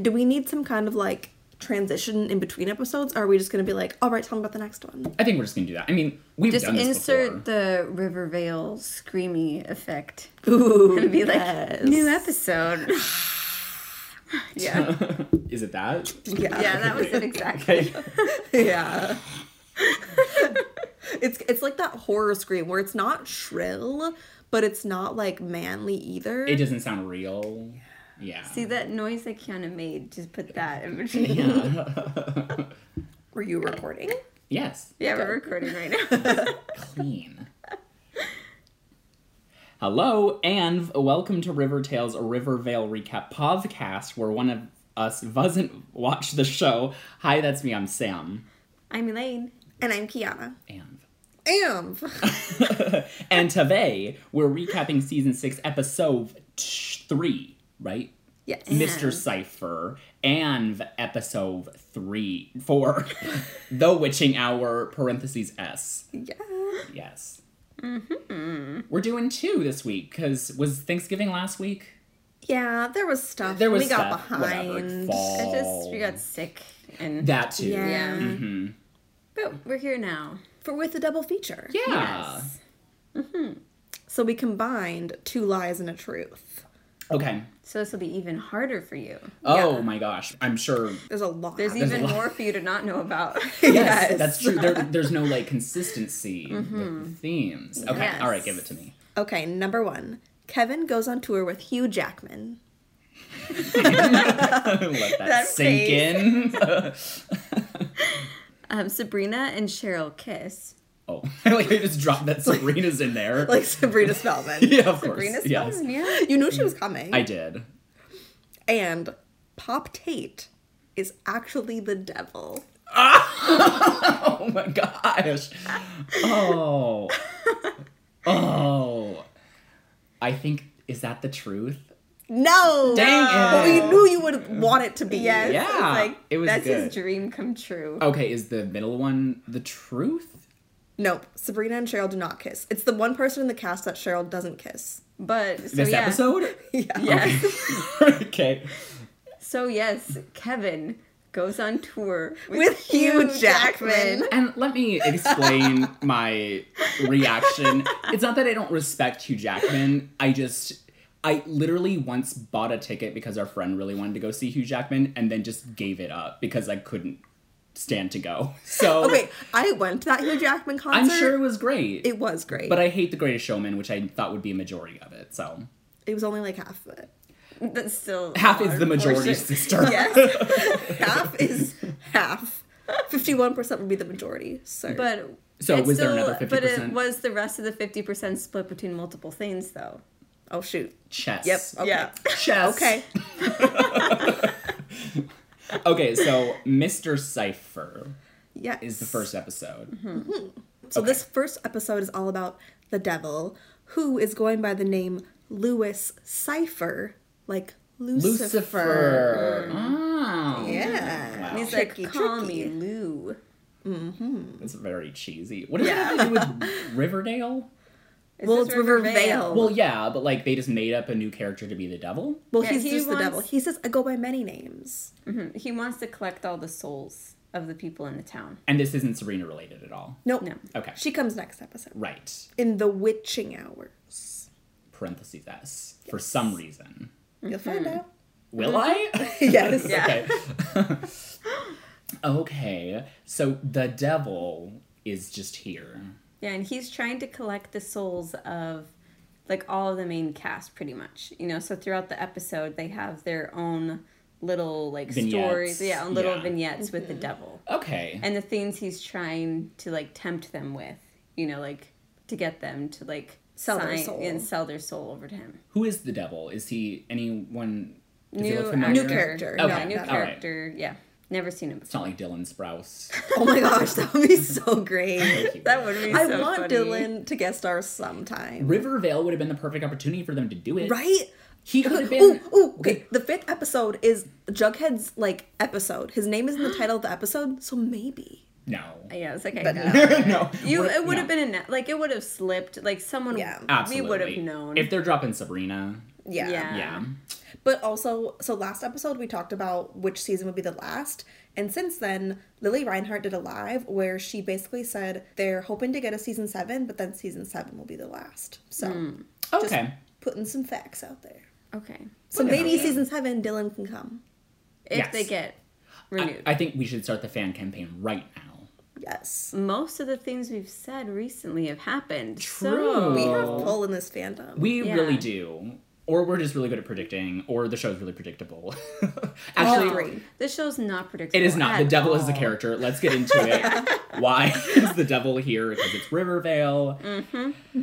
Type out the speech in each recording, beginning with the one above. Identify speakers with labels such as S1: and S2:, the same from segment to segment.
S1: do we need some kind of like transition in between episodes? Or are we just gonna be like, all right, tell me about the next one?
S2: I think we're just gonna do that. I mean, we've
S3: Just
S2: done this
S3: insert
S2: before.
S3: the Rivervale screamy effect.
S1: Ooh,
S3: It'd be like
S1: yes.
S3: new episode. yeah,
S2: Is it that?
S3: yeah, that was it exactly.
S2: Okay.
S1: Yeah. it's it's like that horror scream where it's not shrill, but it's not like manly either.
S2: it doesn't sound real. Yeah.
S3: See that noise that Kiana made? Just put that in between. Yeah,
S2: Yeah.
S1: Were you recording?
S2: yes.
S3: we're recording right now.
S2: Clean. Hello and welcome to River Tales, a Rivervale recap podcast where one of us doesn't watch the show. Hi, that's me. I'm Sam.
S3: I'm Elaine.
S1: And I'm Kiana.
S2: And
S1: Am.
S2: and today we're recapping season six, episode three, right?
S1: Yes.
S2: Mr. Cipher and episode three, four, The Witching Hour, parentheses S.
S1: Yeah.
S2: Yes. We're doing two this week because was Thanksgiving last week?
S1: Yeah, there was stuff.
S2: There was
S1: we got
S2: stuff,
S1: behind.
S2: whatever,
S3: I
S2: fall.
S3: just we got sick and
S2: That too.
S1: Yeah.
S3: yeah,
S2: hmm
S3: but we're here now.
S1: For with a double feature.
S2: Yeah.
S3: Yes.
S1: So we combined two lies and a truth.
S2: Okay.
S3: So this will be even harder for you.
S2: Oh my gosh. I'm sure.
S1: There's a lot.
S3: There's e-
S1: happening.
S3: even
S2: lot.
S3: more for you to not know about.
S2: Yes, that's true. There, there's no like consistency with themes. Okay, all right,
S3: Yes.
S2: give it to me.
S1: okay, number one. Kevin goes on tour with Hugh Jackman.
S2: Let that,
S3: That
S2: sink
S3: face.
S2: in.
S3: Um, Sabrina and Cheryl kiss.
S2: oh, like they just dropped that Sabrina's in there.
S1: Like Sabrina Spellman.
S2: yeah, of course.
S3: Sabrina
S2: yes.
S3: Spellman, yeah.
S1: You knew she was coming.
S2: I did.
S1: and Pop Tate is actually the devil.
S2: Oh my gosh. Oh. Oh. I think is that the truth?
S1: No,
S2: Dang
S1: But
S2: it.
S1: we knew you would want it to be.
S3: Yes.
S2: Yeah,
S3: it's like,
S2: it was
S3: That's
S2: good.
S3: his dream come true.
S2: Okay, is the middle one the truth?
S1: Nope. Sabrina and Cheryl do not kiss. It's the one person in the cast that Cheryl doesn't kiss.
S3: But so
S2: This
S3: yeah.
S2: episode?
S1: Yeah.
S3: Yes.
S2: okay.
S3: so yes, Kevin goes on tour with,
S1: With Hugh Jackman.
S2: And let me explain my reaction. It's not that I don't respect Hugh Jackman. I just I literally once bought a ticket because our friend really wanted to go see Hugh Jackman and then just gave it up because I couldn't stand to go. So
S1: Okay, I went to that Hugh Jackman
S2: I'm
S1: concert.
S2: sure it was great.
S1: it was great,
S2: But I hate The Greatest Showman, which I thought would be a majority of it. So
S1: it was only like half of it.
S3: That's still a
S2: half is the
S3: large
S2: majority,
S3: portion.
S2: sister.
S3: Yes.
S1: half is half. Fifty-one percent would be the majority. So,
S3: But
S2: So
S3: it's
S2: was there
S3: still-
S2: another
S3: But it
S2: 50%?
S3: was the rest of the fifty percent split between multiple things though.
S1: oh shoot.
S2: Chess.
S1: Yep. Okay.
S3: Yeah.
S2: Chess.
S1: Okay.
S2: Okay. So Mr. Cipher
S1: Yeah.
S2: is the first episode.
S1: So this first episode is all about the devil, who is going by the name Lewis Cipher, like Lucifer.
S2: Lucifer. Oh.
S1: Yeah.
S2: Wow.
S3: And he's
S1: Tricky,
S3: like, call
S1: tricky.
S3: me Lou.
S2: That's very cheesy. What does that have to do with Riverdale?
S3: Is
S1: Well,
S3: this
S1: it's River Vale.
S2: Well, yeah, but like they just made up a new character to be the devil.
S1: Well,
S3: Yeah,
S1: he's
S3: he
S1: just
S3: wants-
S1: the devil. He says, "I go by many names."
S3: Mhm. He wants to collect all the souls of the people in the town.
S2: And this isn't Serena related at all.
S1: Nope.
S3: No.
S2: Okay.
S1: She comes next episode
S2: Right.
S1: in the witching hours.
S2: Parentheses S. For some reason.
S1: You'll find out.
S2: Will I?
S1: yes.
S3: Hmm. Yeah.
S2: Okay. okay. So the devil is just here.
S3: Yeah, and he's trying to collect the souls of like all of the main cast pretty much. You know, so throughout the episode they have their own little like
S2: Vignettes.
S3: stories, yeah, and little
S2: Yeah.
S3: vignettes with the devil.
S2: Okay.
S3: And the things he's trying to like tempt them with, you know, like to get them to like
S1: Sell their
S3: sign-
S1: soul.
S3: and sell their soul over to him.
S2: Who is the devil? Is he anyone? Does he
S3: new
S2: look familiar?
S3: actor.
S1: character.
S2: Okay.
S3: Yeah, new
S2: All right.
S3: character. Yeah. Never seen him
S2: It's not
S3: before.
S2: like Dylan Sprouse.
S1: Oh my gosh, that would be so great.
S2: Thank you.
S3: That would be
S1: I
S3: so
S1: want
S3: funny.
S1: Dylan to guest star sometime.
S2: Rivervale would have been the perfect opportunity for them to do it.
S1: Right?
S2: He could have
S1: Ooh,
S2: been.
S1: ooh, okay. The fifth episode is Jughead's like episode. His name is in the title of the episode, so maybe.
S2: No.
S3: Yeah, it's like I
S1: But
S3: know.
S2: no.
S3: You
S2: We're-
S3: it would
S2: no.
S3: have been a net like it would have slipped like someone
S1: Yeah.
S3: we would have
S2: Absolutely.
S3: known. Um,
S2: If they're dropping Sabrina,
S1: Yeah.
S3: Yeah.
S2: Yeah.
S1: But also, so last episode we talked about which season would be the last. And since then, Lily Reinhardt did a live where she basically said they're hoping to get a season seven, but then season seven will be the last. So
S2: Okay.
S1: putting some facts out there.
S3: Okay.
S1: So
S2: Whatever.
S1: maybe season seven, Dylan can come.
S3: If
S2: Yes.
S3: they get
S2: I,
S3: renewed.
S2: I think we should start the fan campaign right now.
S1: Yes.
S3: Most of the things we've said recently have happened.
S2: True.
S3: So
S1: We have
S2: Oh.
S1: pull in this fandom.
S2: We
S3: Yeah.
S2: really do. Or we're just really good at predicting, or the show's really predictable. Actually,
S1: three.
S3: Oh, This show's not predictable.
S2: It is not. The
S3: at
S2: devil is the
S3: all.
S2: character. Let's get into it. Why is the devil here? Because it's Rivervale. Mm-hmm.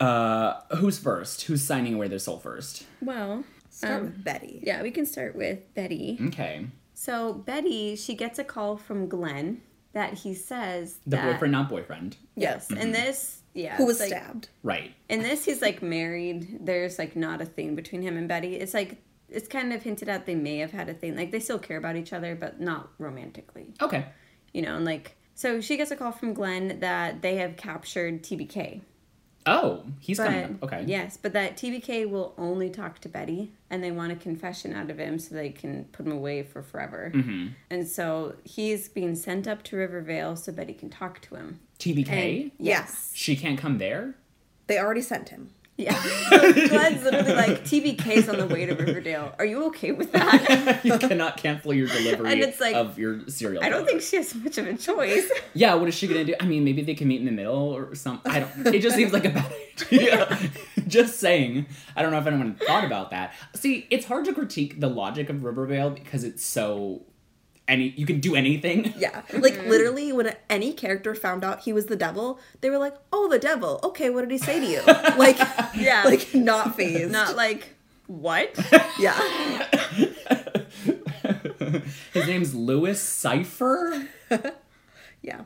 S2: Uh, who's first? Who's signing away their soul first?
S3: Well,
S1: Start
S3: um,
S1: with Betty.
S3: yeah, we can start with Betty.
S2: Okay.
S3: So Betty, she gets a call from Glenn that he says
S2: The
S3: that,
S2: boyfriend, Mm-hmm. not boyfriend.
S3: Yes, and this, yeah,
S1: Who was
S3: it's like,
S1: stabbed?
S2: Right.
S3: In this, he's like married. There's like not a thing between him and Betty. It's like it's kind of hinted at they may have had a thing. Like they still care about each other, but not romantically,
S2: Okay.
S3: you know. And like so, she gets a call from Glenn that they have captured TBK.
S2: Oh, he's coming
S3: But
S2: up. Okay.
S3: yes, but that TBK will only talk to Betty, and they want a confession out of him so they can put him away for forever.
S2: Mm-hmm.
S3: And so he's being sent up to Rivervale so Betty can talk to him.
S2: TBK?
S3: And- yes.
S2: She can't come there?
S1: They already sent him.
S3: Yeah. Glenn's literally like, TBK's on the way to Riverdale. Are you okay with that?
S2: you cannot cancel your delivery
S3: And it's like,
S2: of your cereal.
S3: I don't
S2: order.
S3: think she has much of a choice.
S2: Yeah, what is she gonna do? I mean, maybe they can meet in the middle or something. I don't. It just seems like a bad idea. just saying. I don't know if anyone thought about that. See, it's hard to critique the logic of Rivervale because it's so any you can do anything.
S1: Yeah. Like literally when any character found out he was the devil, they were like, "Oh, the devil. Okay, what did he say to you?" Like
S3: Yeah.
S1: Like not phased.
S3: Not like, what?
S1: yeah.
S2: His name's Lewis Cipher.
S1: Yeah.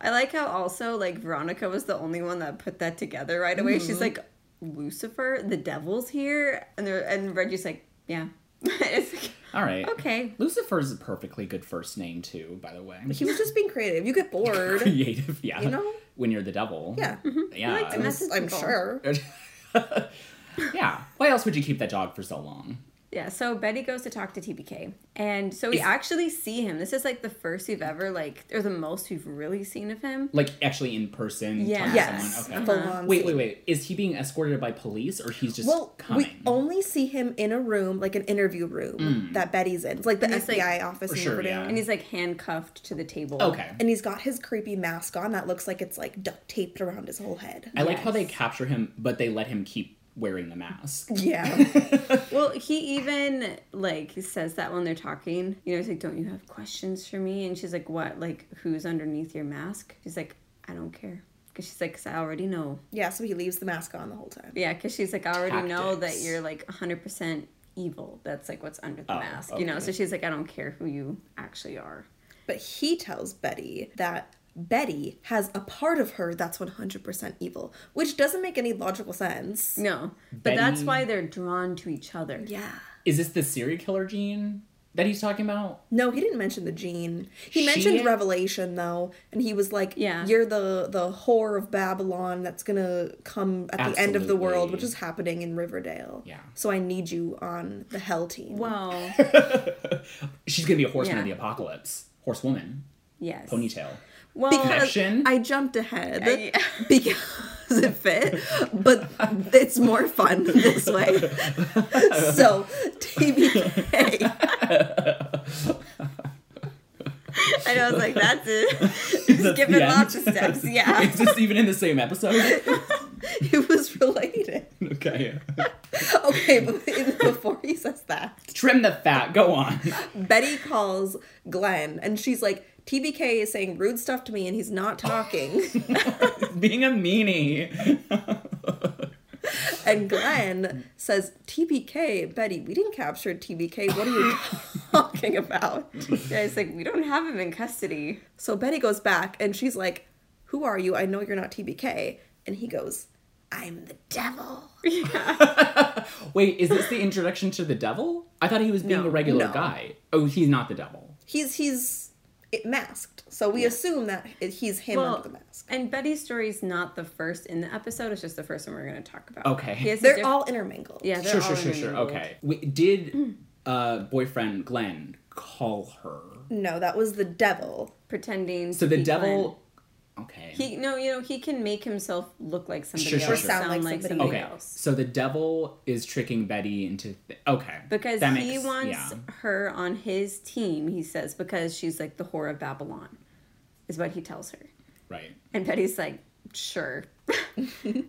S3: I like how also, like, Veronica was the only one that put that together right away.
S2: Mm-hmm.
S3: She's like, Lucifer, the devil's here. And, they're- and Reggie's like, yeah. it's like,
S2: All right.
S3: okay.
S2: Lucifer's a perfectly good first name too, by the way.
S1: He was just being creative. You get bored.
S2: Creative, yeah.
S1: You know?
S2: when you're the devil.
S1: Yeah. Mm-hmm.
S2: Yeah.
S3: I like to mess-
S1: I'm sure.
S2: yeah. Why else would you keep that dog for so long?
S3: Yeah, so Betty goes to talk to TBK. And so we
S2: Is-
S3: actually see him. This is like the first we've ever, like, or the most we've really seen of him.
S2: Like actually in person.
S3: Yeah.
S2: talking to
S1: Yes.
S2: Someone? Okay.
S1: Full on
S2: Wait,
S1: scene.
S2: wait, wait. Is he being escorted by police or he's just
S1: Well,
S2: coming? Mm.
S1: we only see him in a room, like an interview room that Betty's in. It's like the
S3: And it's like-
S1: FBI office in
S2: sure,
S1: Riverdale.
S2: yeah.
S3: And he's like handcuffed to the table.
S2: okay.
S1: And he's got his creepy mask on that looks like it's like duct taped around his whole head.
S2: I like how they
S3: Yes.
S2: capture him, but they let him keep wearing the mask.
S1: Yeah.
S3: Well, he even like says that when they're talking. You know, he's like, "Don't you have questions for me?" And she's like, "What? Like, who's underneath your mask?" He's like, "I don't care," because she's like, "'Cause "I already know."
S1: yeah, so he leaves the mask on the whole time.
S3: Yeah, because she's like, "I already know that
S2: Tactics.
S3: you're like 100 percent evil. That's like what's under the
S2: Oh,
S3: mask." You know,
S2: okay.
S3: so she's like, "I don't care who you actually are."
S1: But he tells Betty that Betty has a part of her that's 100% evil, which doesn't make any logical sense.
S3: No, but that's
S2: Betty-
S3: why they're drawn to each other.
S1: Yeah.
S2: Is this the serial killer gene that he's talking about?
S1: No, he didn't mention the gene. He
S2: She-
S1: mentioned Revelation though, and he was like,
S3: Yeah.
S1: you're the the whore of Babylon that's going to come at the end of the world,
S2: Absolutely.
S1: which is happening in Riverdale.
S2: Yeah.
S1: So I need you on the hell team."
S3: Well,
S2: She's gonna be a horseman of
S3: Yeah.
S2: the apocalypse. Horsewoman.
S3: yes.
S2: Ponytail.
S3: Well,
S2: Connection.
S1: I jumped ahead
S3: Yeah,
S1: because it fit, but it's more fun this way. so, TBK.
S3: and I was like, "That's it."
S2: That's
S3: Skipping
S2: the end.
S3: lots of steps. Yeah.
S2: Is this even in the same episode?
S1: It was related.
S2: okay.
S1: Okay, but in- before he says that,
S2: Trim the fat. Go on.
S1: Betty calls Glenn and she's like, TBK is saying rude stuff to me and he's not talking.
S2: Being a meanie.
S1: and Glenn says, TBK, Betty, we didn't capture TBK. What are you talking about?
S3: Yeah, it's like we don't have him in custody.
S1: So Betty goes back and she's like, Who are you? I know you're not TBK. And he goes, I'm the devil.
S2: Wait, is this the introduction to the devil? I thought he was being
S3: No.
S2: a regular
S1: No.
S2: guy. Oh, he's not the devil.
S1: He's he's it masked. So we assume that it, he's him
S3: Well,
S1: under the mask.
S3: and Betty's story is not the first in the episode. It's just the first one we're going to talk about.
S2: Okay.
S3: He has a
S1: They're
S3: diff-
S1: all intermingled.
S3: Yeah. They're
S2: sure,
S3: all
S2: sure, sure, sure.
S3: intermingled.
S2: Okay. We, did uh, boyfriend Glenn call her?
S1: No, that was the devil.
S3: Pretending.
S2: So
S3: to
S2: the
S3: be
S2: devil. Okay.
S3: Glenn. He no, you know, he can make himself look like somebody
S2: Sure, sure,
S3: else,
S2: sure.
S3: sound, like somebody,
S2: okay.
S3: else,
S2: So the devil is tricking Betty into. Th- okay.
S3: because
S2: That
S3: he
S2: makes-
S3: wants
S2: yeah.
S3: her on his team. He says because she's like the whore of Babylon, is what he tells her.
S2: Right.
S3: And Betty's like, sure.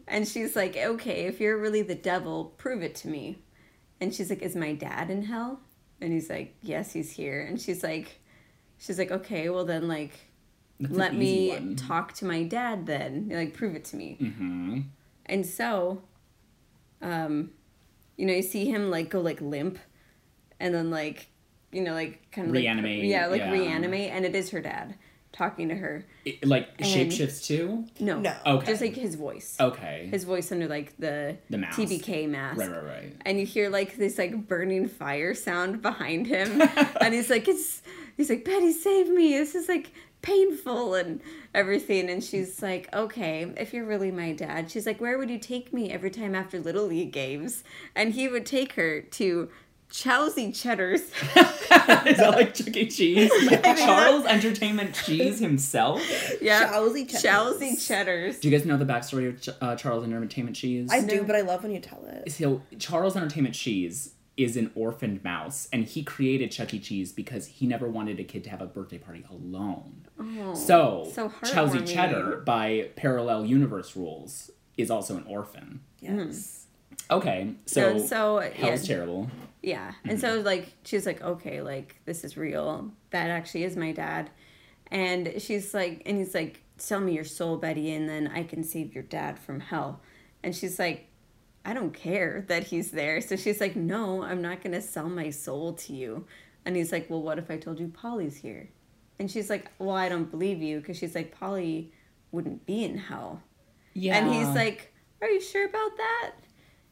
S3: and she's like, okay, if you're really the devil, prove it to me. And she's like, is my dad in hell? And he's like, yes, he's here. And she's like, she's like, okay, well then, like,
S2: That's an
S3: let
S2: easy
S3: me
S2: one.
S3: talk to my dad then. Like, prove it to me.
S2: hmm
S3: And so, um, you know, you see him like go like limp, and then like, you know, like kind of
S2: Reanimate,
S3: Like, yeah, like
S2: yeah.
S3: reanimate, and it is her dad talking to her.
S2: It, like
S3: And-
S2: shapeshifts too.
S3: No,
S1: No.
S2: Okay.
S3: just like his voice
S2: Okay.
S3: his voice under like the,
S2: The mask.
S3: TBK mask.
S2: Right, right, right.
S3: And you hear like this like burning fire sound behind him, and he's like, "It's," he's like, "Betty, save me! This is like painful and everything." And she's like, "Okay, if you're really my dad," she's like, "Where would you take me every time after little league games?" And he would take her to Chowsy Cheddar's.
S2: Is that like Chuck E. Cheese? Charles Entertainment Cheese himself.
S3: yeah,
S1: Chowsy Cheddar's.
S3: Chowsy Cheddar's.
S2: Do you guys know the backstory of Ch- uh, Charles Entertainment Cheese?
S1: I do,
S3: No.
S1: but I love when you tell it.
S2: so Charles Entertainment Cheese is an orphaned mouse, and he created Chuck E. Cheese because he never wanted a kid to have a birthday party alone. so,
S3: Oh, so
S2: Chowsy
S3: heartwarming.
S2: Cheddar, by parallel universe rules, is also an orphan.
S3: mm.
S1: Yes.
S2: Okay, so
S3: And so, yeah.
S2: hell's Mm-hmm. terrible.
S3: Yeah. And so like she's like, okay, like this is real. That actually is my dad. And she's like and he's like, Tell me your soul, Betty, and then I can save your dad from hell. And she's like, I don't care that he's there. So she's like, No, I'm not gonna sell my soul to you. And he's like, Well, what if I told you Polly's here? And she's like, Well, I don't believe you because she's like, Polly wouldn't be in hell.
S2: Yeah,
S3: And he's like, Are you sure about that?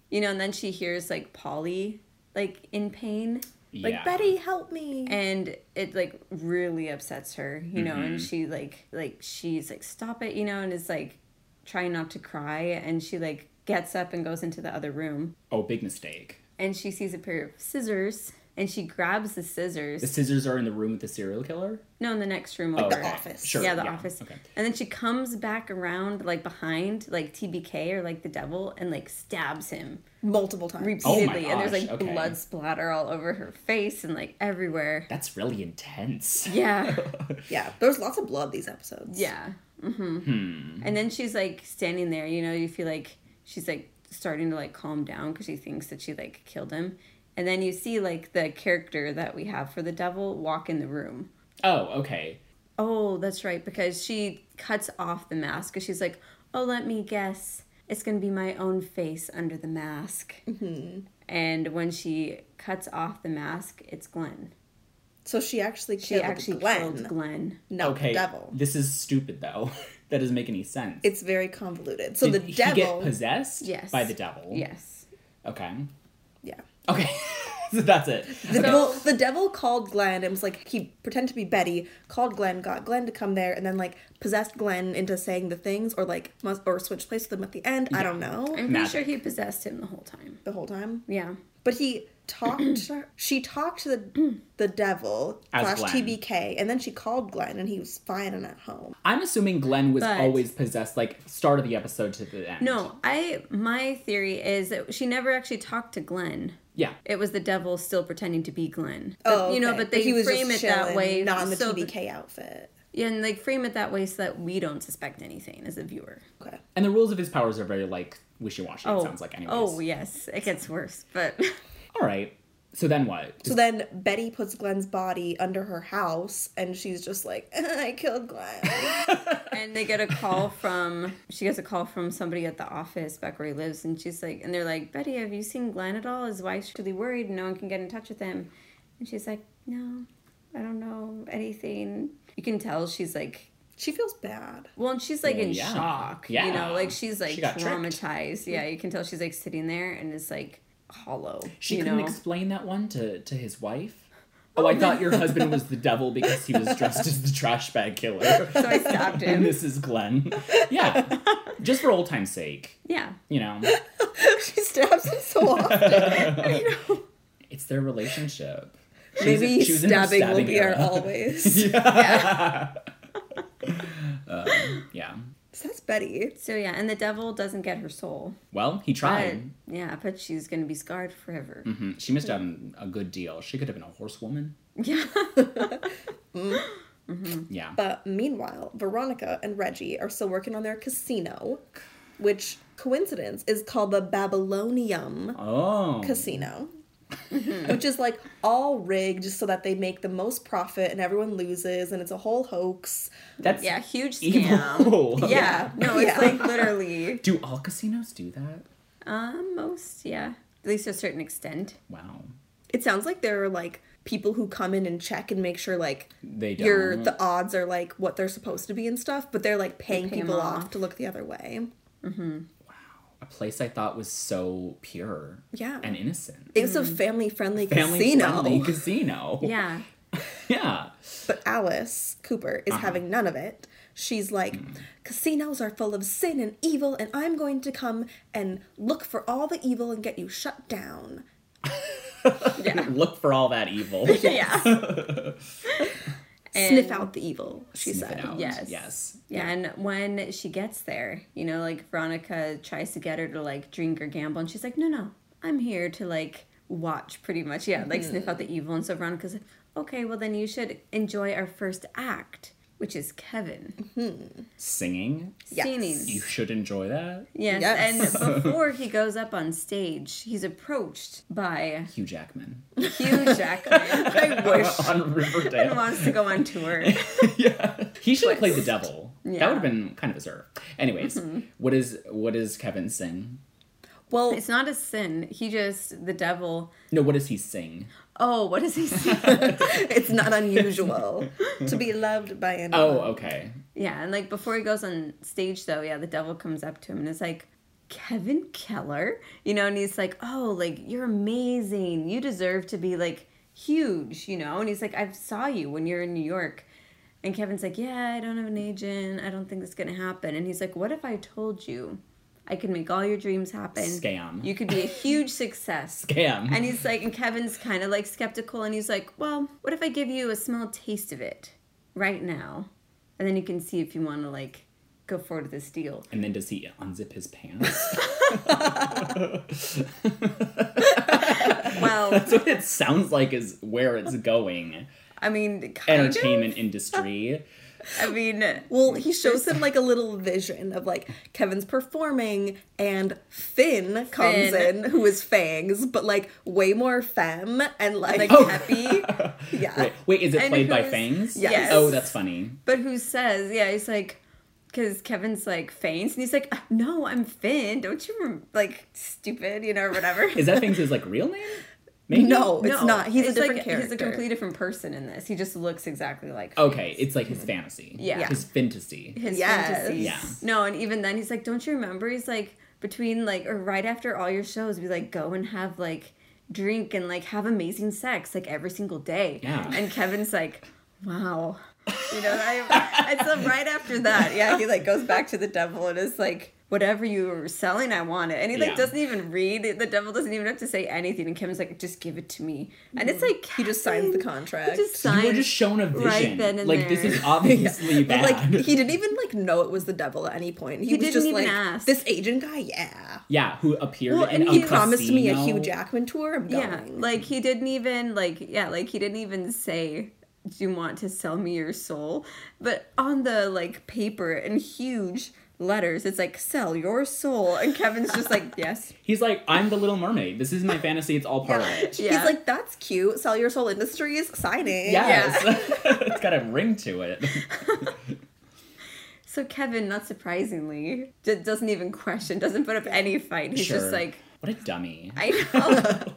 S3: You know, and then she hears like Polly like in pain.
S1: Like,
S2: Yeah.
S1: Betty, help me.
S3: And it like really upsets her, you know, and
S2: Mm-hmm.
S3: she like like she's like, Stop it, you know, and is like trying not to cry and she like gets up and goes into the other room
S2: oh, big mistake.
S3: and she sees a pair of scissors and she grabs the scissors.
S2: The scissors are in the room with the serial killer.
S3: no, in the next room
S2: Oh,
S3: over.
S1: the office.
S2: Sure.
S3: yeah, the office.
S2: Okay.
S3: And then she comes back around, like behind, like TBK or like the devil, and like stabs him
S1: Multiple times.
S3: repeatedly. and there's
S2: Oh gosh,
S3: like
S2: okay.
S3: blood splatter all over her face and like everywhere.
S2: That's really intense.
S3: Yeah.
S1: yeah. There's lots of blood these episodes.
S3: Yeah. Mm-hmm. And then she's like standing there, you know, you feel like she's like starting to like calm down because she thinks that she like killed him. And then you see like the character that we have for the devil walk in the room.
S2: Oh, okay.
S3: Oh, that's right, because she cuts off the mask because she's like, oh, let me guess. It's going to be my own face under the mask. Mm-hmm. And when she cuts off the mask, it's Glenn.
S1: So she actually
S3: She
S1: killed
S3: actually
S1: Glenn,
S3: killed Glenn.
S1: not
S2: okay.
S1: Oh, the devil.
S2: This is stupid though. that doesn't make any sense.
S1: It's very convoluted. So
S2: Did
S1: the
S2: he
S1: devil.
S2: get possessed?
S3: Yes.
S2: By the devil.
S3: Yes.
S2: Okay.
S1: yeah.
S2: Okay. so that's it.
S1: The, devil, the devil called Glenn and was like, he pretended to be Betty, called Glenn, got Glenn to come there, and then like possessed Glenn into saying the things or like, must, or switched place with him at the end. I don't know.
S3: I'm pretty
S2: Magic.
S3: sure he possessed him the whole time.
S1: the whole time.
S3: Yeah.
S1: But he talked. to her- she talked to the the devil
S2: As
S1: slash
S2: Glenn.
S1: TBK, and then she called Glenn, and he was fine and at home.
S2: I'm assuming Glenn was
S3: But-
S2: always possessed, like start of the episode to the end.
S3: No, I my theory is that she never actually talked to Glenn.
S2: Yeah.
S3: It was the devil still pretending to be Glenn.
S1: Oh,
S3: But, you know,
S1: okay.
S3: but they
S1: he was
S3: frame it
S1: just
S3: that
S1: chilling,
S3: way,
S1: not in the
S3: so that-
S1: TBK outfit.
S3: Yeah, and like frame it that way so that we don't suspect anything as a viewer.
S1: Okay,
S2: And the rules of his powers are very like wishy washy, it sounds like anyways.
S3: Oh yes, it gets worse, but
S2: All right. So then what?
S1: so then Betty puts Glenn's body under her house, and she's just like, "I killed Glenn."
S3: and they get a call from she gets a call from somebody at the office back where he lives, and she's like, and they're like, Betty, have you seen Glenn at all? His wife's really worried, and no one can get in touch with him, and she's like, No, I don't know anything. You can tell she's like.
S1: she feels bad.
S3: Well, and she's like
S2: Well,
S3: in
S2: yeah.
S3: shock. You
S2: Yeah.
S3: know, like she's like
S2: She got tricked.
S3: traumatized. Yeah, you can tell she's like sitting there and it's like hollow.
S2: she
S3: you
S2: couldn't
S3: know?
S2: explain that one to, to his wife. Oh, I thought your husband was the devil because he was dressed as the trash bag killer.
S3: So I stopped
S2: And
S3: him.
S2: this is Glenn. Yeah. Just for old time's sake,
S3: Yeah.
S2: you know.
S1: she stabs him so often.
S2: It's their relationship. She was-
S1: Maybe
S2: she was in her
S1: stabbing, will be
S2: era.
S1: our always.
S2: yeah. Um, yeah.
S1: So that's Betty.
S3: So yeah, and the devil doesn't get her soul.
S2: Well, he
S3: But
S2: tried.
S3: yeah, but she's gonna be scarred forever.
S2: Mhm. She missed out on a good deal. She could have been a horsewoman.
S3: Yeah.
S2: Yeah.
S1: But meanwhile, Veronica and Reggie are still working on their casino, which coincidence is called the Babylonium
S2: Oh.
S1: Casino. which is like all rigged so that they make the most profit and everyone loses and it's a whole hoax.
S2: That's
S3: Yeah, huge scam.
S2: evil.
S3: Yeah. No, it's
S1: Yeah.
S3: like literally
S2: Do all casinos do that?
S3: um most, yeah. At least to a certain extent.
S2: Wow.
S1: It sounds like there are like people who come in and check and make sure like
S2: They don't.
S1: your the odds are like what they're supposed to be and stuff, but they're like paying
S3: pay 'em
S1: people
S3: off. Mm-hmm.
S1: off to look the other way.
S2: a place I thought was so pure.
S1: Yeah.
S2: And innocent.
S1: It was a family friendly
S2: Family
S1: casino.
S2: friendly casino.
S3: Yeah.
S2: Yeah.
S1: But Alice Cooper is
S2: Uh-huh.
S1: having none of it. She's like,
S2: Mm-hmm.
S1: casinos are full of sin and evil, and I'm going to come and look for all the evil and get you shut down.
S3: Yeah.
S2: Look for all that evil.
S3: yeah.
S1: Sniff
S3: And-
S1: out the evil, she
S2: Sniff it
S1: said.
S2: out.
S3: Yes.
S2: Yes.
S3: Yeah, and when she gets there, you know, like Veronica tries to get her to like drink or gamble, and she's like, no, no, I'm here to like watch pretty much. Yeah, like sniff out the evil. And so Veronica's like, okay, well, then you should enjoy our first act, which is Kevin
S2: Singing.
S1: Yes.
S2: You
S3: singing.
S2: should enjoy that.
S3: Yes.
S1: Yes.
S3: And before he goes up on stage, he's approached by
S2: Hugh Jackman.
S3: Hugh Jackman. I wish.
S2: on
S3: He
S2: Riverdale.
S3: wants to go on tour.
S2: yeah. He should have played the devil.
S3: Yeah. Mm-hmm.
S2: That would have been kind of a serve. Anyways, what is what does Kevin sing?
S1: Well,
S3: It's not a sin. He just, the devil.
S2: No, what does he sing?
S3: Oh, what does he say?
S1: it's not unusual to be loved by anyone.
S2: Oh, okay.
S3: Yeah, and like before he goes on stage though, yeah, the devil comes up to him and is like, Kevin Keller? You know, and he's like, Oh, like you're amazing. You deserve to be like huge, you know? And he's like, I saw you when you're in New York. And Kevin's like, Yeah, I don't have an agent. I don't think that's gonna happen. And he's like, What if I told you I could make all your dreams happen?
S2: Scam.
S3: You could be a huge success.
S2: Scam.
S3: And he's like, and Kevin's kind of like skeptical, and he's like, well, what if I give you a small taste of it right now, and then you can see if you want to like go forward with this deal.
S2: And then does he unzip his pants?
S3: Well,
S2: That's what it sounds like is where it's going.
S3: I mean, kind of.
S2: Entertainment industry.
S3: I mean,
S1: Well, he shows him like a little vision of like Kevin's performing and Finn comes
S3: Finn.
S1: in, who is Fangs, but like way more femme and like,
S3: like
S2: Oh.
S3: happy,
S1: yeah.
S2: Wait, wait, is it
S3: And
S2: played by
S3: who's-
S2: Fangs?
S3: yes.
S2: Oh, that's funny.
S3: but who says? Yeah, he's like, because Kevin's like faints, and he's like, "Uh, no, I'm Finn. Don't you rem- like stupid, you know, or whatever.
S2: Is that Fangs' like real name? Maybe?
S1: No, it's not. He's a different
S3: like,
S1: character.
S3: He's a completely different person in this. He just looks exactly like.
S2: Okay, it's like his fantasy.
S3: Yeah.
S2: His fantasy.
S3: his
S1: Yes.
S3: fantasy.
S2: Yeah.
S3: No, and even then he's like, Don't you remember? He's like, between like or right after all your shows, we like go and have like drink and like have amazing sex like every single day.
S2: Yeah.
S3: And Kevin's like, Wow. You know, I it's like right after that. Yeah, he like goes back to the devil and is like Whatever you were selling, I want it. And he like
S2: Yeah.
S3: doesn't even read it. The devil doesn't even have to say anything. And Kevin's like, just give it to me. And it's like
S1: Mm. He just signs the
S3: Kevin,
S1: contract.
S3: He just
S2: You were
S3: signs.
S2: just shown a vision.
S3: right then and
S2: like this
S3: there.
S2: is obviously
S1: But,
S2: bad.
S1: Like he didn't even like know it was the devil at any point. He, was
S3: didn't
S1: just
S3: even
S1: like
S3: ask.
S1: this Asian guy, yeah.
S2: yeah, who appeared
S1: Well,
S2: in
S1: and
S2: a
S1: he promised me a
S2: casino.
S1: Hugh Jackman tour. I'm going.
S3: Yeah, like he didn't even like yeah, like he didn't even say do you want to sell me your soul? But on the like paper in huge letters, it's like sell your soul, and Kevin's just like yes,
S2: He's like, I'm the Little Mermaid. This is my fantasy. It's all part of it.
S3: Yeah.
S1: He's like, that's cute. Sell your soul industries signing.
S2: Yes. it's got a ring to it.
S3: So Kevin, not surprisingly, d- doesn't even question, doesn't put up any fight. He's
S2: sure.
S3: just like
S2: what a dummy.
S3: I know.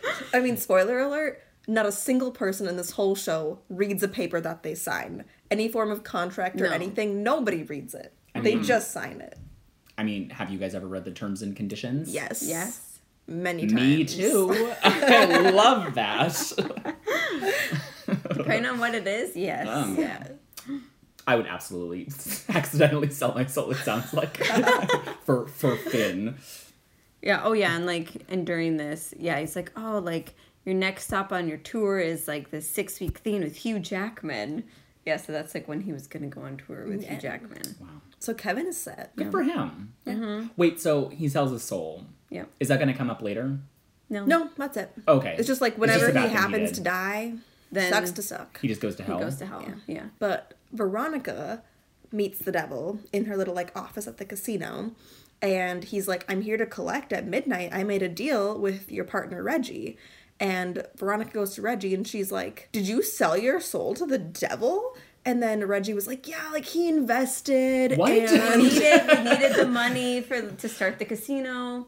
S1: I mean, spoiler alert. Not a single person in this whole show reads a paper that they sign. Any form of contract or
S3: No.
S1: anything, nobody reads it. they
S2: mean-
S1: just sign it.
S2: I mean, have you guys ever read the terms and conditions?
S1: Yes.
S3: yes.
S1: Many times.
S2: Me too. I love that.
S3: Depending on what it is, yes.
S2: Um,
S3: yeah.
S2: I would absolutely accidentally sell my soul. It sounds like for for Finn.
S3: Yeah. Oh, yeah. And like, and during this, yeah, he's like, oh, like your next stop on your tour is like this six week thing with Hugh Jackman. Yeah. So that's like when he was gonna go on tour with
S1: Yeah.
S3: Hugh Jackman.
S2: Wow,
S1: So Kevin is set.
S2: good for him.
S1: Mm-hmm.
S2: Wait, so he sells his soul.
S3: Yep.
S2: Is that going to come up later?
S3: No.
S1: No, that's it.
S2: Okay,
S1: It's just like
S2: just
S1: whenever he
S2: about that he
S1: happens
S2: did.
S1: to die,
S3: Then-
S1: sucks to suck.
S2: he just goes to hell.
S3: He goes to hell. Yeah.
S1: But Veronica meets the devil in her little like office at the casino. And he's like, I'm here to collect at midnight. I made a deal with your partner, Reggie. And Veronica goes to Reggie and she's like, Did you sell your soul to the devil? And then Reggie was like, Yeah, like he invested.
S2: What?
S1: And
S3: We needed we needed the money for to start the casino.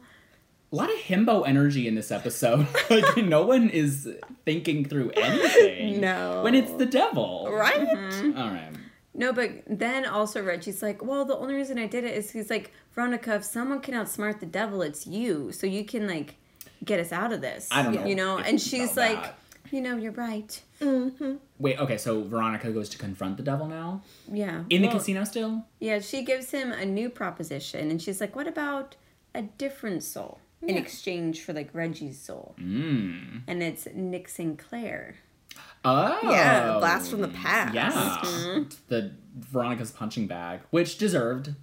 S2: a lot of himbo energy in this episode. like no one is thinking through anything.
S1: No.
S2: when it's Mm-hmm. the devil,
S1: right?
S2: All right.
S3: No, but then also Reggie's like, well, the only reason I did it is he's like, Veronica, if someone can outsmart the devil, it's you. So you can like get us out of this.
S2: I don't know
S3: You know,
S2: if
S3: and she's
S2: about
S3: like,
S2: that.
S3: you know, you're right.
S2: Wait. Okay. So Veronica goes to confront the devil now
S3: Yeah.
S2: in the
S3: well,
S2: casino still.
S3: Yeah, she gives him a new proposition, and she's like, what about a different soul in exchange for like Reggie's soul? Mm. And it's Nick Sinclair.
S2: Oh.
S1: Yeah, blast from the past.
S2: Yeah.
S3: Mm-hmm.
S2: The Veronica's punching bag, which deserved.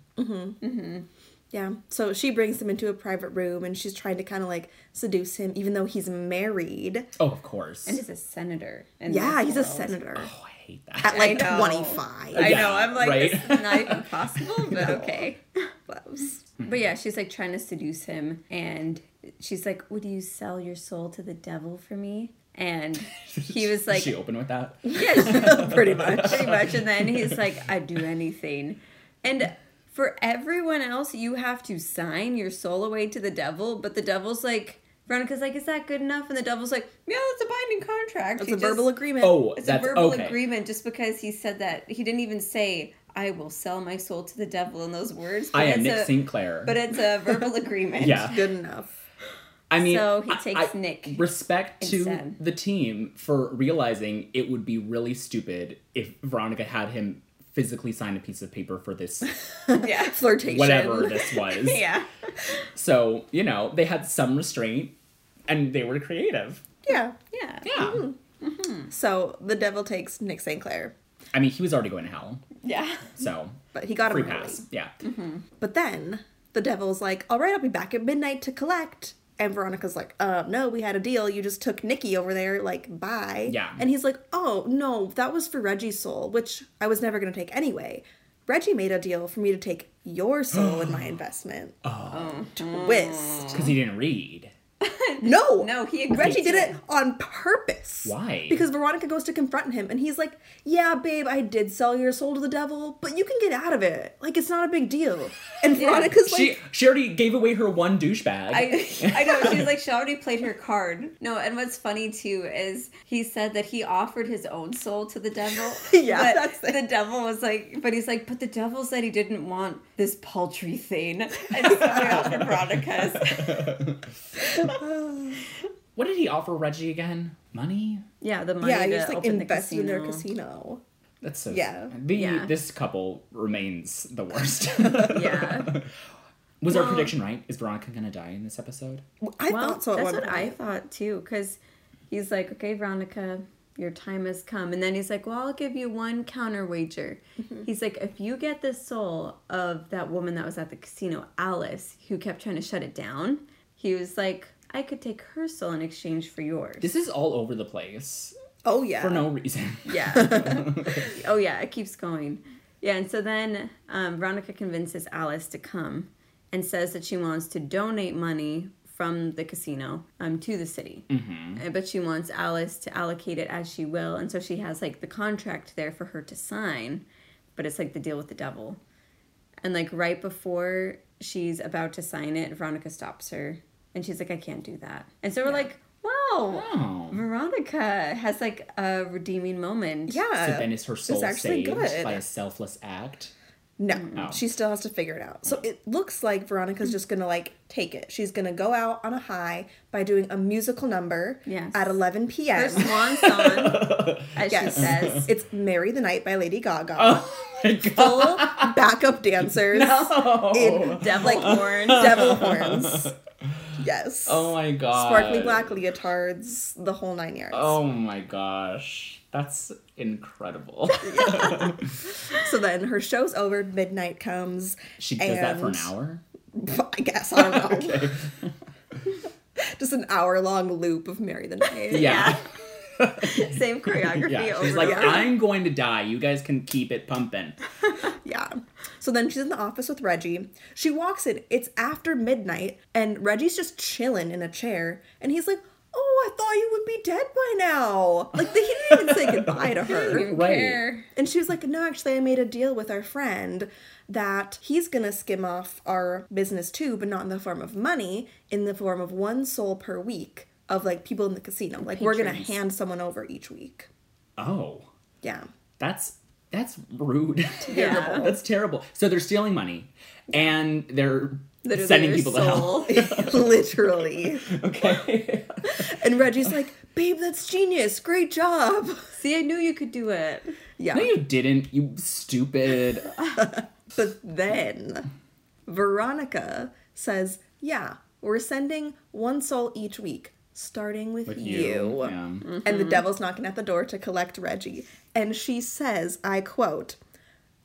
S1: Yeah. So she brings him into a private room and she's trying to kind of like seduce him, even though he's married.
S2: Oh, of course.
S3: And he's a senator. in
S1: Yeah,
S3: this
S1: he's a
S3: world.
S1: senator
S2: oh, I hate
S1: at
S2: that.
S1: like
S3: know.
S1: 25.
S3: I
S2: Yeah,
S3: know. I'm like,
S2: right?
S3: this is not even possible, but okay.
S1: Blows.
S2: Hmm.
S3: But yeah, she's like trying to seduce him, and she's like, "Would you sell your soul to the devil for me?" And he was
S2: Did
S3: like,
S2: she open with that?
S3: "Yes,
S1: Pretty much.
S3: pretty much." And then he's like, "I'd do anything." And for everyone else, you have to sign your soul away to the devil, but the devil's like, Veronica's like, "Is that good enough?" And the devil's like, "Yeah, that's a binding contract.
S1: It's
S3: You
S1: a verbal
S3: just-
S1: agreement.
S2: Oh,
S3: it's
S2: that's
S3: a verbal
S2: okay.
S3: agreement just because he said that he didn't even say i will sell my soul to the devil in those words but
S2: I am
S3: it's
S2: Nick
S3: a,
S2: Sinclair.
S3: but it's a verbal agreement
S2: Yeah.
S1: good enough.
S2: I mean,
S3: So he
S2: I-
S3: takes
S2: I-
S3: Nick
S2: Respect to
S3: instead.
S2: the team for realizing it would be really stupid if Veronica had him physically sign a piece of paper for this
S3: yeah
S1: Flirtation.
S2: whatever this was.
S3: yeah
S2: So you know they had some restraint, and they were creative.
S1: Yeah.
S3: yeah
S2: Yeah.
S1: So the devil takes Nick St. Clair,
S2: I mean, he was already going to hell,
S3: yeah
S2: so
S1: but he got him
S2: free
S1: early.
S2: pass. Yeah.
S1: But then the devil's like, all right, I'll be back at midnight to collect. And Veronica's like, uh, no, we had a deal. You just took Nikki over there. Like, bye.
S2: Yeah.
S1: And he's like, oh, no, that was for Reggie's soul, which I was never going to take anyway. Reggie made a deal for me to take your soul in my investment.
S3: oh.
S1: Twist.
S2: Because he didn't read.
S1: No.
S3: no he agreed
S1: Reggie
S3: to
S1: did it on purpose.
S2: Why?
S1: Because Veronica goes to confront him and he's like, Yeah, babe, I did sell your soul to the devil, but you can get out of it. Like, it's not a big deal. And Veronica's
S2: she
S1: like,
S2: she already gave away her one douchebag.
S3: I, I know she's like she already played her card. No, and what's funny too is he said that he offered his own soul to the devil.
S1: Yeah,
S3: but
S1: that's it.
S3: the devil was like, but he's like, but the devil said he didn't want this paltry thing, and so he offered Veronica's.
S2: what did he offer Reggie again? Money.
S3: Yeah, the money
S1: Yeah,
S3: to
S1: you just like
S3: open the
S1: invest in their
S3: casino.
S1: casino.
S2: That's so
S1: Yeah.
S2: The,
S3: Yeah.
S2: This couple remains the worst.
S3: Yeah,
S2: Was our
S3: Well-
S2: prediction right? Is Veronica gonna die in this episode?
S1: I
S3: well,
S1: thought so at
S3: that's
S1: one
S3: what I
S1: point.
S3: thought too, because he's like, okay, Veronica. Your time has come. And then he's like, Well, I'll give you one counter wager.
S1: Mm-hmm.
S3: He's like, If you get the soul of that woman that was at the casino, Alice, who kept trying to shut it down, he was like, I could take her soul in exchange for yours.
S2: This is all over the place
S1: Oh, yeah.
S2: for no reason.
S3: Yeah. oh yeah, it keeps going. Yeah, and so then um, Veronica convinces Alice to come and says that she wants to donate money from the casino um, to the city. Mm-hmm. But she wants Alice to allocate it as she will. And so she has like the contract there for her to sign, but it's like the deal with the devil. And like right before she's about to sign it, Veronica stops her and she's like, I can't do that. And so we're like, wow,
S2: Oh.
S3: Veronica has like a redeeming moment.
S2: So
S1: Yeah.
S2: then is her soul
S1: Uh, actually
S2: saved
S1: good.
S2: by a selfless act?
S1: No,
S2: Oh.
S1: she still has to figure it out. So it looks like Veronica's just gonna like take it. She's gonna go out on a high by doing a musical number
S3: Yes.
S1: at 11
S3: Her
S1: p.m.
S3: swan song, as
S1: Yes.
S3: she says.
S1: It's "Merry the Night" by Lady Gaga.
S2: Oh my god.
S1: Full backup dancers in
S3: Devil horn.
S1: devil horns. Yes.
S2: oh my god.
S1: Sparkly black leotards, the whole nine yards.
S2: Oh my gosh. That's incredible.
S1: So then her show's over. Midnight comes.
S2: she does that for
S1: And-
S2: an hour?
S1: I guess I don't know.
S2: Okay.
S1: Just an hour long loop of "Merry the Night."
S2: Yeah.
S3: Same choreography
S2: Yeah.
S3: over
S2: She's like,
S1: Yeah.
S3: and over.
S2: I'm going to die. You guys can keep it pumping.
S1: Yeah. So then she's in the office with Reggie. She walks in. It's after midnight, and Reggie's just chilling in a chair, and he's like, "Oh, I thought you would be dead by now." Like they, he didn't even say goodbye to
S3: I don't
S1: her.
S3: even
S2: Right.
S3: care.
S1: And she was like, No, actually, I made a deal with our friend that he's gonna skim off our business too, but not in the form of money, in the form of one soul per week of like people in the casino. Like, we're gonna
S2: Patrons.
S1: hand someone over each week.
S2: Oh.
S1: Yeah.
S2: That's that's rude.
S3: Yeah.
S2: That's terrible. So they're stealing money and they're
S3: Literally
S2: sending
S3: your
S2: people
S3: soul.
S2: to
S1: Literally.
S2: hell. Okay.
S1: And Reggie's like, Babe, that's genius. Great job.
S3: See, I knew you could do it.
S1: Yeah.
S2: no, you didn't, you stupid.
S1: But then Veronica says, Yeah, we're sending one soul each week, starting with, you.
S2: Yeah.
S1: And the
S3: Mm-hmm.
S1: devil's knocking at the door to collect Reggie. And she says, I quote,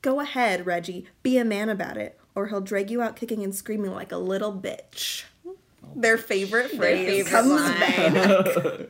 S1: Go ahead, Reggie, be a man about it, or he'll drag you out kicking and screaming like a little bitch. Their favorite phrase
S3: favorite
S1: comes
S3: line.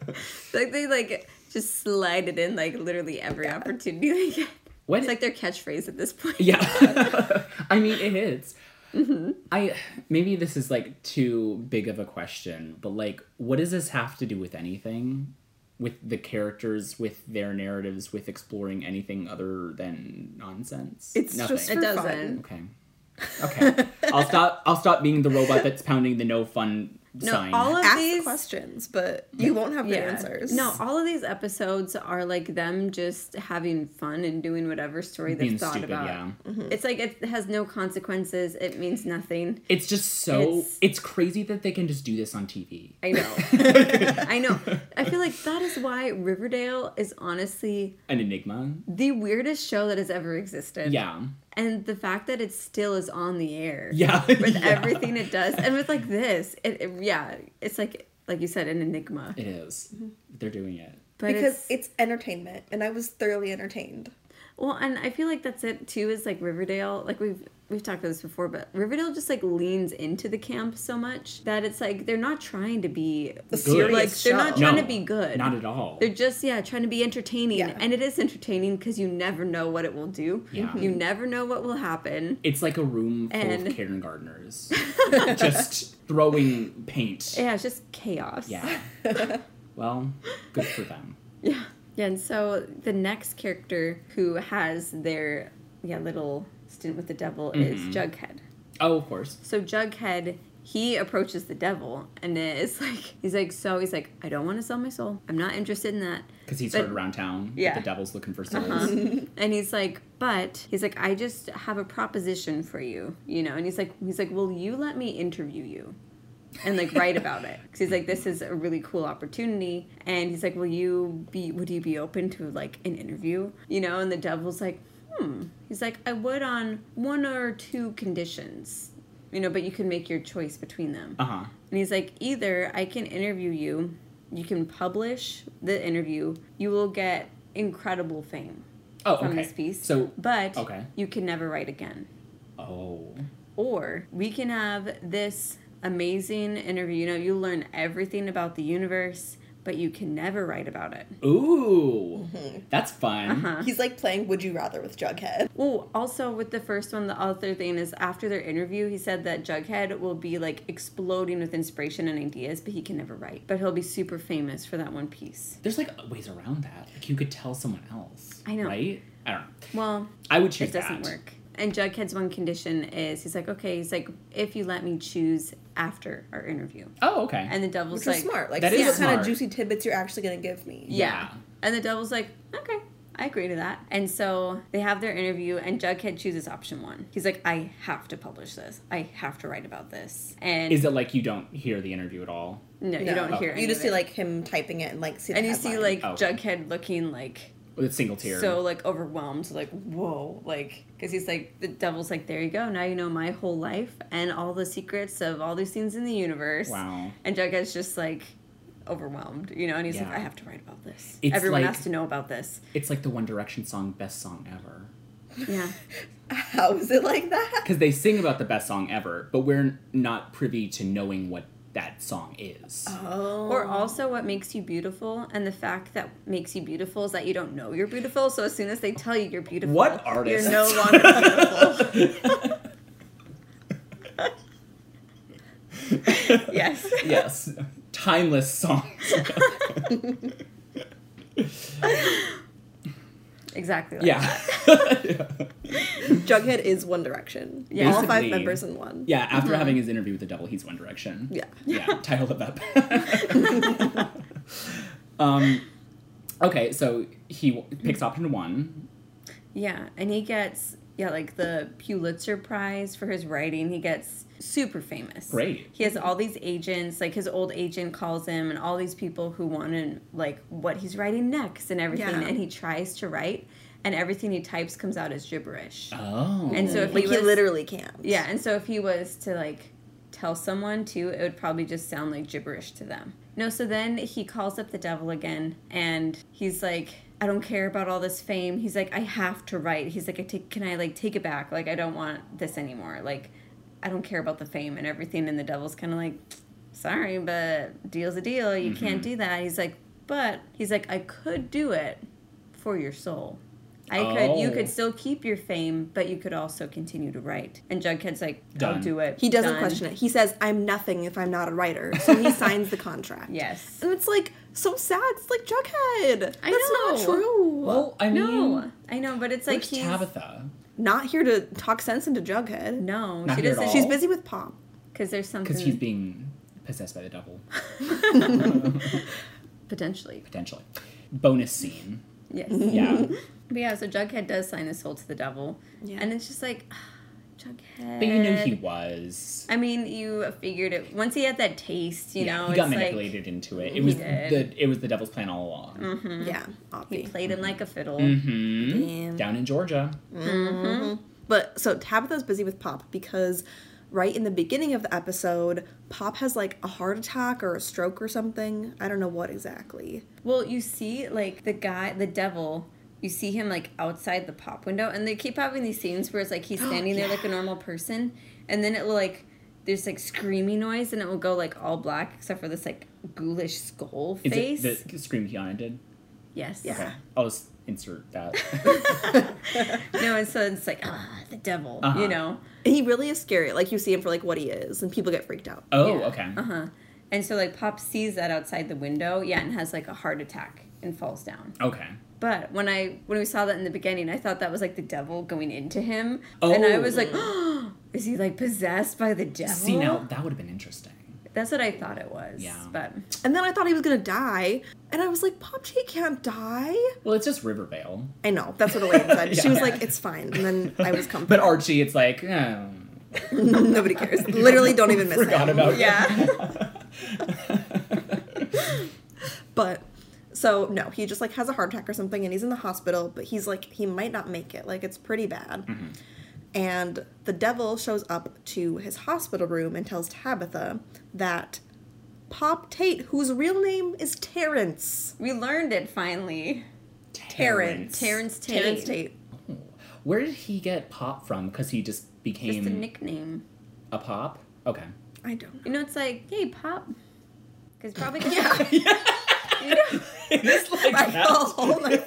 S1: back.
S3: Like they like just slide it in like literally every opportunity they get.
S2: What
S3: It's like their catchphrase at this point.
S2: Yeah. I mean, it hits.
S3: Mm-hmm.
S2: I maybe this is like too big of a question, but like, what does this have to do with anything? With the characters, with their narratives, with exploring anything other than nonsense?
S1: It's just
S3: It
S1: for
S3: doesn't.
S1: fun.
S2: okay. Okay. I'll stop. I'll stop being the robot that's pounding the no fun
S3: No,
S2: sign.
S3: all of
S1: Ask
S3: these
S1: questions, but you won't have the answers.
S3: No, all of these episodes are like them just having fun and doing whatever story they've
S2: Being
S3: thought
S2: stupid,
S3: about.
S2: yeah.
S1: Mm-hmm.
S3: It's like it has no consequences. It means nothing.
S2: it's just so.
S3: It's-
S2: it's crazy that they can just do this on TV.
S3: I know. I know. I feel like that is why Riverdale is honestly
S2: An enigma.
S3: the weirdest show that has ever existed.
S2: Yeah.
S3: And the fact that it still is on the air.
S2: Yeah.
S3: With
S2: yeah.
S3: everything it does. And with like this, it, it- yeah, it's like like you said, an enigma.
S2: It is.
S3: Mm-hmm.
S2: They're doing it.
S3: But
S1: because
S3: it's,
S1: it's entertainment, and I was thoroughly entertained.
S3: well and I feel like that's it too, is like Riverdale like we've we've talked about this before, but Riverdale just like leans into the camp so much that it's like they're not trying to be
S1: The
S2: serious
S3: like they're not
S1: show.
S3: trying
S2: No,
S3: to be good.
S2: Not at all.
S3: They're just yeah trying to be entertaining,
S1: Yeah.
S3: and it is entertaining because you never know what it will do.
S2: Yeah.
S3: You never know what will happen.
S2: It's like a room full
S3: And-
S2: of kindergartners just throwing paint.
S3: Yeah, it's just chaos.
S2: Yeah. Well, good for them.
S3: yeah, yeah. And so the next character who has their yeah little stint with the devil is
S2: Mm-hmm.
S3: Jughead.
S2: Oh, of course.
S3: So Jughead, he approaches the devil and it's like he's like so he's like I don't want to sell my soul. I'm not interested in that.
S2: Because he's
S3: But-
S2: heard around town. that
S3: Yeah. Uh-huh.
S2: The devil's looking for souls.
S3: Um, and he's like but he's like i just have a proposition for you you know and he's like he's like will you let me interview you and like write about it because he's like this is a really cool opportunity and he's like will you be would you be open to like an interview you know and the devil's like hmm he's like i would on one or two conditions you know but you can make your choice between them
S2: Uh huh.
S3: and he's like, either I can interview you, you can publish the interview, you will get incredible fame
S2: Oh,
S3: from
S2: okay.
S3: this piece.
S2: So,
S3: but
S2: okay.
S3: you can never write again.
S2: oh.
S3: Or we can have this amazing interview. You know, you learn everything about the universe, but you can never write about it.
S2: Ooh.
S3: Mm-hmm.
S2: That's fun.
S3: Uh-huh.
S1: He's like playing Would You Rather with Jughead.
S3: Oh, also with the first one, the other thing is after their interview, he said that Jughead will be like exploding with inspiration and ideas, but he can never write. But he'll be super famous for that one piece.
S2: There's like ways around that. Like you could tell someone else.
S3: I know.
S2: Right? I don't know.
S3: Well,
S2: I would choose
S3: it doesn't
S2: that.
S3: work. And Jughead's one condition is he's like, okay, he's like, if you let me choose after our interview.
S2: Oh, okay.
S3: And the devil's
S1: Which
S3: like,
S1: is smart. Like,
S2: That
S1: see
S2: is
S1: what kind of
S2: smart.
S1: juicy tidbits you're actually going to give me.
S3: Yeah.
S2: Yeah.
S3: And the devil's like, okay. I agree to that. And so they have their interview, and Jughead chooses option one. He's like, I have to publish this. I have to write about this. And
S2: Is it like you don't hear the interview at all?
S3: no, you
S1: No.
S3: don't hear.
S2: You
S3: any
S1: You just
S3: of
S1: see
S3: it.
S1: like him typing it and like see. The
S3: and you see
S1: headline.
S3: like
S2: Oh.
S3: Jughead looking like
S2: With single tear.
S3: so like overwhelmed, like whoa, like because he's like the devil's like there you go now you know my whole life and all the secrets of all these things in the universe.
S2: Wow.
S3: And Jughead's just like overwhelmed, you know, and he's like
S2: Yeah.
S3: I have to write about this.
S2: It's
S3: Everyone
S2: like-
S3: has to know about this.
S2: it's like the One Direction song, best song ever.
S3: Yeah.
S1: how is it like that?
S2: Because they sing about the best song ever, but we're not privy to knowing what that song is.
S1: Oh,
S3: Or also what makes you beautiful and the fact that makes you beautiful is that you don't know you're beautiful. So as soon as they tell you you're beautiful,
S2: What artist?
S3: you're no longer beautiful. yes.
S2: yes. Timeless songs.
S3: Exactly. Like
S2: yeah.
S1: Jughead is One Direction.
S3: Yeah.
S1: all five
S2: Basically.
S1: members in one.
S2: yeah, after
S3: Mm-hmm.
S2: having his interview with the devil, he's One Direction.
S1: Yeah.
S2: Yeah, title it up. um, okay, so he w- picks option one.
S3: Yeah, and he gets yeah like the Pulitzer Prize for his writing. He gets super famous.
S2: Great.
S3: He has all these agents. Like his old agent calls him, and all these people who want to like what he's writing next and everything.
S1: Yeah.
S3: And he tries to write, and everything he types comes out as gibberish.
S2: Oh.
S3: And so if
S1: like
S3: he
S1: he,
S3: was,
S1: literally can't.
S3: yeah, and so if he was to like tell someone too, it would probably just sound like gibberish to them. No, so then he calls up the devil again and he's like, I don't care about all this fame. He's like, I have to write. He's like, I take can I like take it back? Like I don't want this anymore. Like I don't care about the fame and everything and the devil's kinda like, Sorry, but deal's a deal. You can't do that. He's like, but he's like, I could do it for your soul. I could you
S2: Oh.
S3: could still keep your fame, but you could also continue to write. And Jughead's like,
S2: Done.
S3: I'll do it.
S1: he doesn't question it. He says, "I'm nothing if I'm not a writer," so he signs the contract.
S3: Yes.
S1: and it's like so sad. It's like Jughead.
S3: I
S1: That's
S3: know.
S1: not true.
S2: well, I mean,
S3: No, I know, but it's like
S2: where's
S3: he's
S2: Tabitha?
S1: not here to talk sense into Jughead.
S3: no,
S2: Not
S3: she
S2: here at
S3: doesn't.
S2: all.
S1: She's busy with Pop.
S3: because there's something
S2: Because he's being possessed by the devil,
S3: potentially.
S2: potentially. Bonus scene.
S3: Yes.
S2: Yeah.
S3: But yeah, so Jughead does sign his soul to the devil,
S1: Yeah.
S3: and it's just like, Jughead.
S2: but you knew he was.
S3: I mean, you figured it once he had that taste. You
S2: yeah,
S3: know,
S2: he got
S3: it's
S2: manipulated into it. It was
S3: did.
S2: the it was the devil's plan all along.
S1: Yeah,
S3: Like, Hmm. he
S1: obvi.
S3: played him like a fiddle.
S2: Mm-hmm.
S1: Yeah.
S2: Down in Georgia.
S1: But so Tabitha's busy with Pop because right in the beginning of the episode, Pop has like a heart attack or a stroke or something. I don't know what exactly.
S3: Well, you see, like the guy, the devil. You see him like outside the pop window, and they keep having these scenes where it's like he's standing there like a normal person, and then it will like there's like screaming noise, and it will go like all black except for this like ghoulish skull
S2: Is
S3: face.
S2: it the scream Kiana did?
S3: yes.
S1: Yeah.
S2: Okay. I'll just insert that.
S3: No, and so it's like ah, the devil.
S2: Uh-huh.
S3: You know.
S1: He really is scary. Like you see him for like what he is, and people get freaked out.
S2: Oh,
S3: Yeah.
S2: okay.
S3: Uh huh. And so like Pop sees that outside the window, yeah, and has like a heart attack and falls down.
S2: Okay.
S3: But when I when we saw that in the beginning, I thought that was like the devil going into him,
S2: Oh.
S3: and I was like, oh, "Is he like possessed by the devil?"
S2: See now that would have been interesting.
S3: that's what I thought it was.
S2: Yeah.
S3: But
S1: And then I thought he was gonna die, and I was like, Pop G can't die.
S2: Well, it's just Rivervale.
S1: I know that's what Elaine said. She was
S2: Yeah.
S1: like, it's fine. And then I was comforted.
S2: But Archie, it's like eh,
S1: Nobody cares. Literally, don't even miss
S2: forgot
S1: him.
S2: about
S3: yeah,
S1: But so no, he just like has a heart attack or something, and he's in the hospital. But he's like he might not make it. Like it's pretty bad.
S3: Mm-hmm.
S1: And the devil shows up to his hospital room and tells Tabitha that Pop Tate, whose real name is Terrence,
S3: we learned it finally.
S1: Terrence.
S3: Terrence Tate.
S1: Terrence Tate.
S2: Where did he get pop from? Because he just
S3: Just a
S2: became
S3: nickname.
S2: a pop. Okay.
S1: I don't. know.
S3: You know, it's like, hey, Pop, because probably
S1: Yeah,
S2: It is like
S1: I
S2: that.
S1: call all my friends.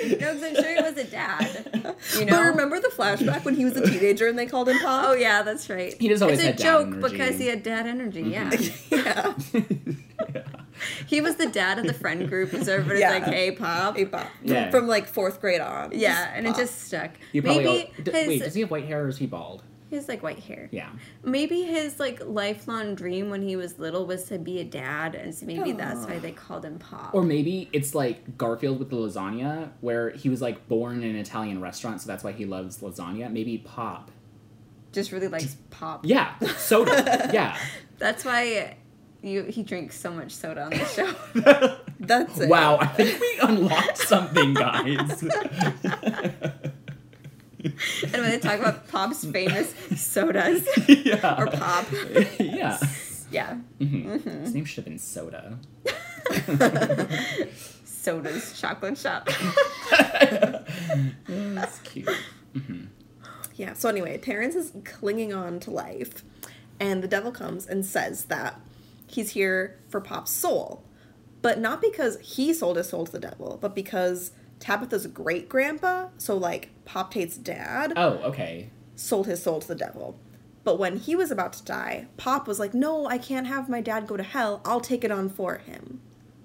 S3: you know, 'cause I'm sure he was a dad. You
S1: But
S3: know.
S1: remember the flashback when he was a teenager and they called him Pop?
S3: Oh yeah, that's right.
S2: He just always
S3: it's
S2: had
S3: a
S2: dad
S3: joke
S2: energy. Mm-hmm.
S3: because he had dad energy. Yeah,
S1: yeah.
S3: he was the dad of the friend group, so everybody's
S1: Yeah.
S3: like, "Hey, Pop."
S1: Hey, Pop.
S2: Yeah.
S1: From, from, like fourth grade on.
S3: Yeah, and it
S1: Pop.
S3: just stuck.
S2: You probably
S3: Maybe
S2: all- d-
S3: his
S2: wait. Does he have white hair or is he bald?
S3: He has like white hair.
S2: Yeah.
S3: Maybe his like lifelong dream when he was little was to be a dad, and so maybe that's
S1: Aw.
S3: why they called him Pop.
S2: Or maybe it's like Garfield with the lasagna, where he was like born in an Italian restaurant, so that's why he loves lasagna. Maybe pop.
S3: just really likes Pop.
S2: Yeah, soda. yeah.
S3: That's why you he drinks so much soda on the show.
S1: That's it.
S2: Wow, I think we unlocked something, guys.
S3: and when they talk about Pop's famous sodas
S2: yeah.
S3: or Pop,
S2: yeah. Mm-hmm.
S3: yeah,
S2: His name should have been Soda.
S3: sodas, chocolate shop.
S2: That's cute.
S1: Yeah. So anyway, Terrence is clinging on to life, and the devil comes and says that he's here for Pop's soul, but not because he sold his soul to the devil, but because Tabitha's great grandpa, so like Pop Tate's dad,
S2: Oh, okay.
S1: sold his soul to the devil. But when he was about to die, Pop was like, "No, I can't have my dad go to hell. I'll take it on for him."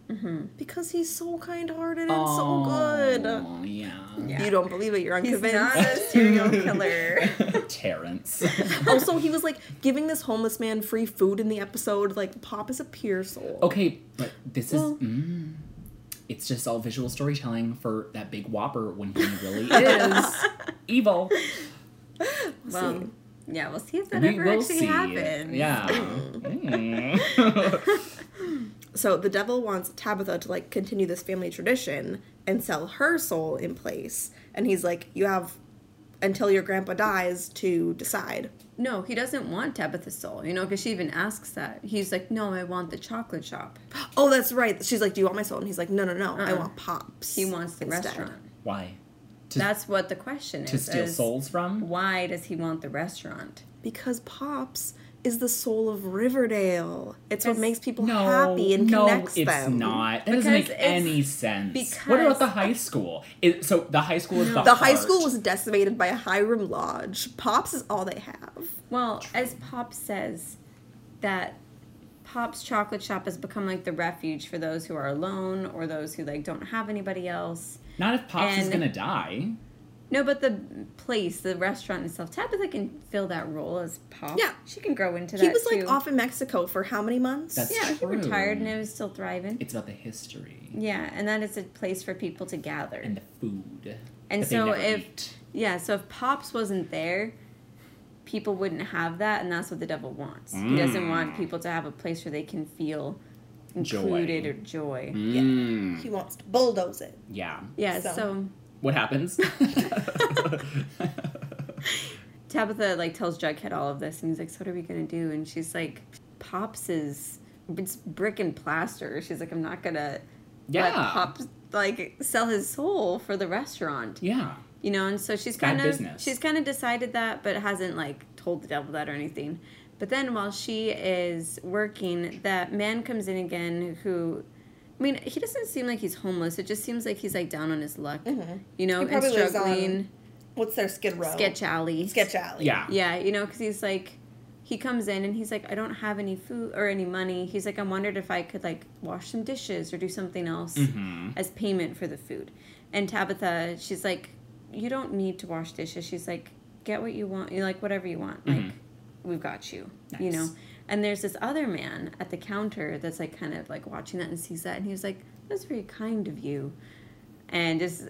S3: Mm-hmm.
S1: Because he's so kind-hearted and so good.
S2: Aw, Yeah.
S3: Yeah.
S1: You don't believe it. You're
S3: He's
S1: unconvinced.
S3: not a serial killer.
S2: Terrence.
S1: also, he was like giving this homeless man free food in the episode. Like, Pop is a pure soul.
S2: Okay, but this is.
S1: Well-
S2: Mm, it's just all visual storytelling for that big whopper when he really is evil.
S3: Well, yeah, we'll see if that
S2: we
S3: ever
S2: will
S3: actually
S2: see.
S3: happens.
S2: Yeah. Mm.
S1: So the devil wants Tabitha to like continue this family tradition and sell her soul in place. And he's like, you have until your grandpa dies to decide.
S3: No, he doesn't want Tabitha's soul, you know, because she even asks that. He's like, no, I want the chocolate shop.
S1: Oh, that's right. She's like, do you want my soul? And he's like, no, no, no. I
S3: Uh-uh.
S1: want Pop's.
S3: He wants the
S1: instead."
S3: restaurant.
S2: Why? To,
S3: That's what the question is.
S2: to steal
S3: is
S2: souls from?
S3: Why does he want the restaurant?
S1: Because Pop's is the soul of Riverdale. It's what
S3: Because-
S1: makes people
S2: No,
S1: happy and
S2: no,
S1: connects
S2: it's
S1: them.
S2: not. That doesn't
S3: Because
S2: make
S3: it's-
S2: any sense. what
S3: because-
S2: about the high school? It, so the high school is the
S1: The high
S2: heart.
S1: school was decimated by a Hiram Lodge. Pops is all they have.
S3: Well, as Pop says, that Pop's chocolate shop has become like the refuge for those who are alone or those who like don't have anybody else.
S2: Not if Pops is
S3: And-
S2: gonna die.
S3: No, but the place, the restaurant itself, Tabitha can fill that role as Pop.
S1: Yeah.
S3: she can grow into that.
S1: He was like
S3: too.
S1: off in Mexico for how many months?
S2: That's-
S3: Yeah, he
S2: True.
S3: retired and it was still thriving.
S2: It's about the history
S3: Yeah, and that is a place for people to gather.
S2: and the food.
S3: And
S2: that they
S3: so
S2: never
S3: if-
S2: eat.
S3: yeah, so if Pops wasn't there, people wouldn't have that, and that's what the devil wants. He doesn't want people to have a place where they can feel
S2: Mm. Joy.
S3: included or joy.
S2: Mm,
S1: He wants to bulldoze it.
S2: yeah.
S3: Yeah,
S1: So-
S3: so.
S2: What happens?
S3: Tabitha like tells Jughead all of this, and he's like, "So what are we gonna do?" And she's like, "Pops is it's brick and plaster." She's like, "I'm not gonna
S2: yeah.
S3: let Pops like sell his soul for the restaurant."
S2: Yeah.
S3: you know and so she's
S2: Bad
S3: kind of
S2: business.
S3: she's kind of decided that but hasn't like told the devil that or anything but then while she is working that man comes in again who i mean he doesn't seem like he's homeless it just seems like he's like down on his luck you know
S1: Mm-hmm. He
S3: and
S1: probably lives on
S3: struggling
S1: What's their skid row?
S3: sketch alley
S1: Sketch alley.
S2: Yeah.
S3: yeah you know because he's like he comes in and he's like i don't have any food or any money he's like i wondered if i could like wash some dishes or do something else
S2: Mhm.
S3: as payment for the food. And Tabitha, she's like, you don't need to wash dishes. She's like, get what you want, you like whatever you want. Like, we've got you, you know.
S2: Mm-hmm. Nice.
S3: And there's this other man at the counter that's like kind of like watching that and sees that, and he was like, that's very kind of you, and just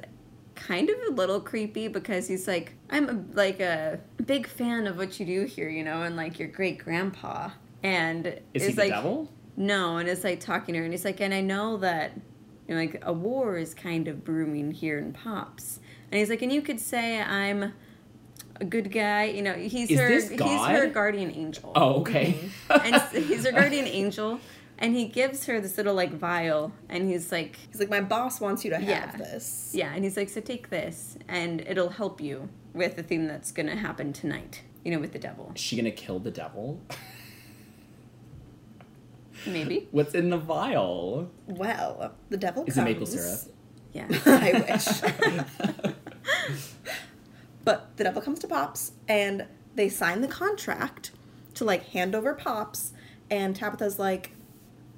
S3: kind of a little creepy because he's like, I'm a, like a big fan of what you do here, you know, and like your great grandpa. And
S2: Is
S3: it's
S2: he the
S3: like,
S2: devil?
S3: no, and it's like talking to her, and he's like, and I know that, you know, like a war is kind of brewing here in Pops, and he's like, and you could say I'm a good guy, you know, he's
S2: Is
S3: her,
S2: this
S3: he's her
S2: God?
S3: guardian angel,
S2: Oh, okay.
S3: Mm-hmm. and s- he's her guardian angel, and he gives her this little like vial, and he's like,
S1: He's like, my boss wants you to have
S3: Yeah.
S1: this.
S3: yeah, and he's like, so take this, and it'll help you with the thing that's gonna happen tonight, you know, with the devil,
S2: Is she gonna kill the devil?
S3: maybe,
S2: What's in the vial?
S1: Well, the devil
S2: Is it
S1: comes.
S2: maple syrup?
S3: yeah,
S1: I wish. But the devil comes to Pops and they sign the contract to like hand over Pops. And Tabitha's like,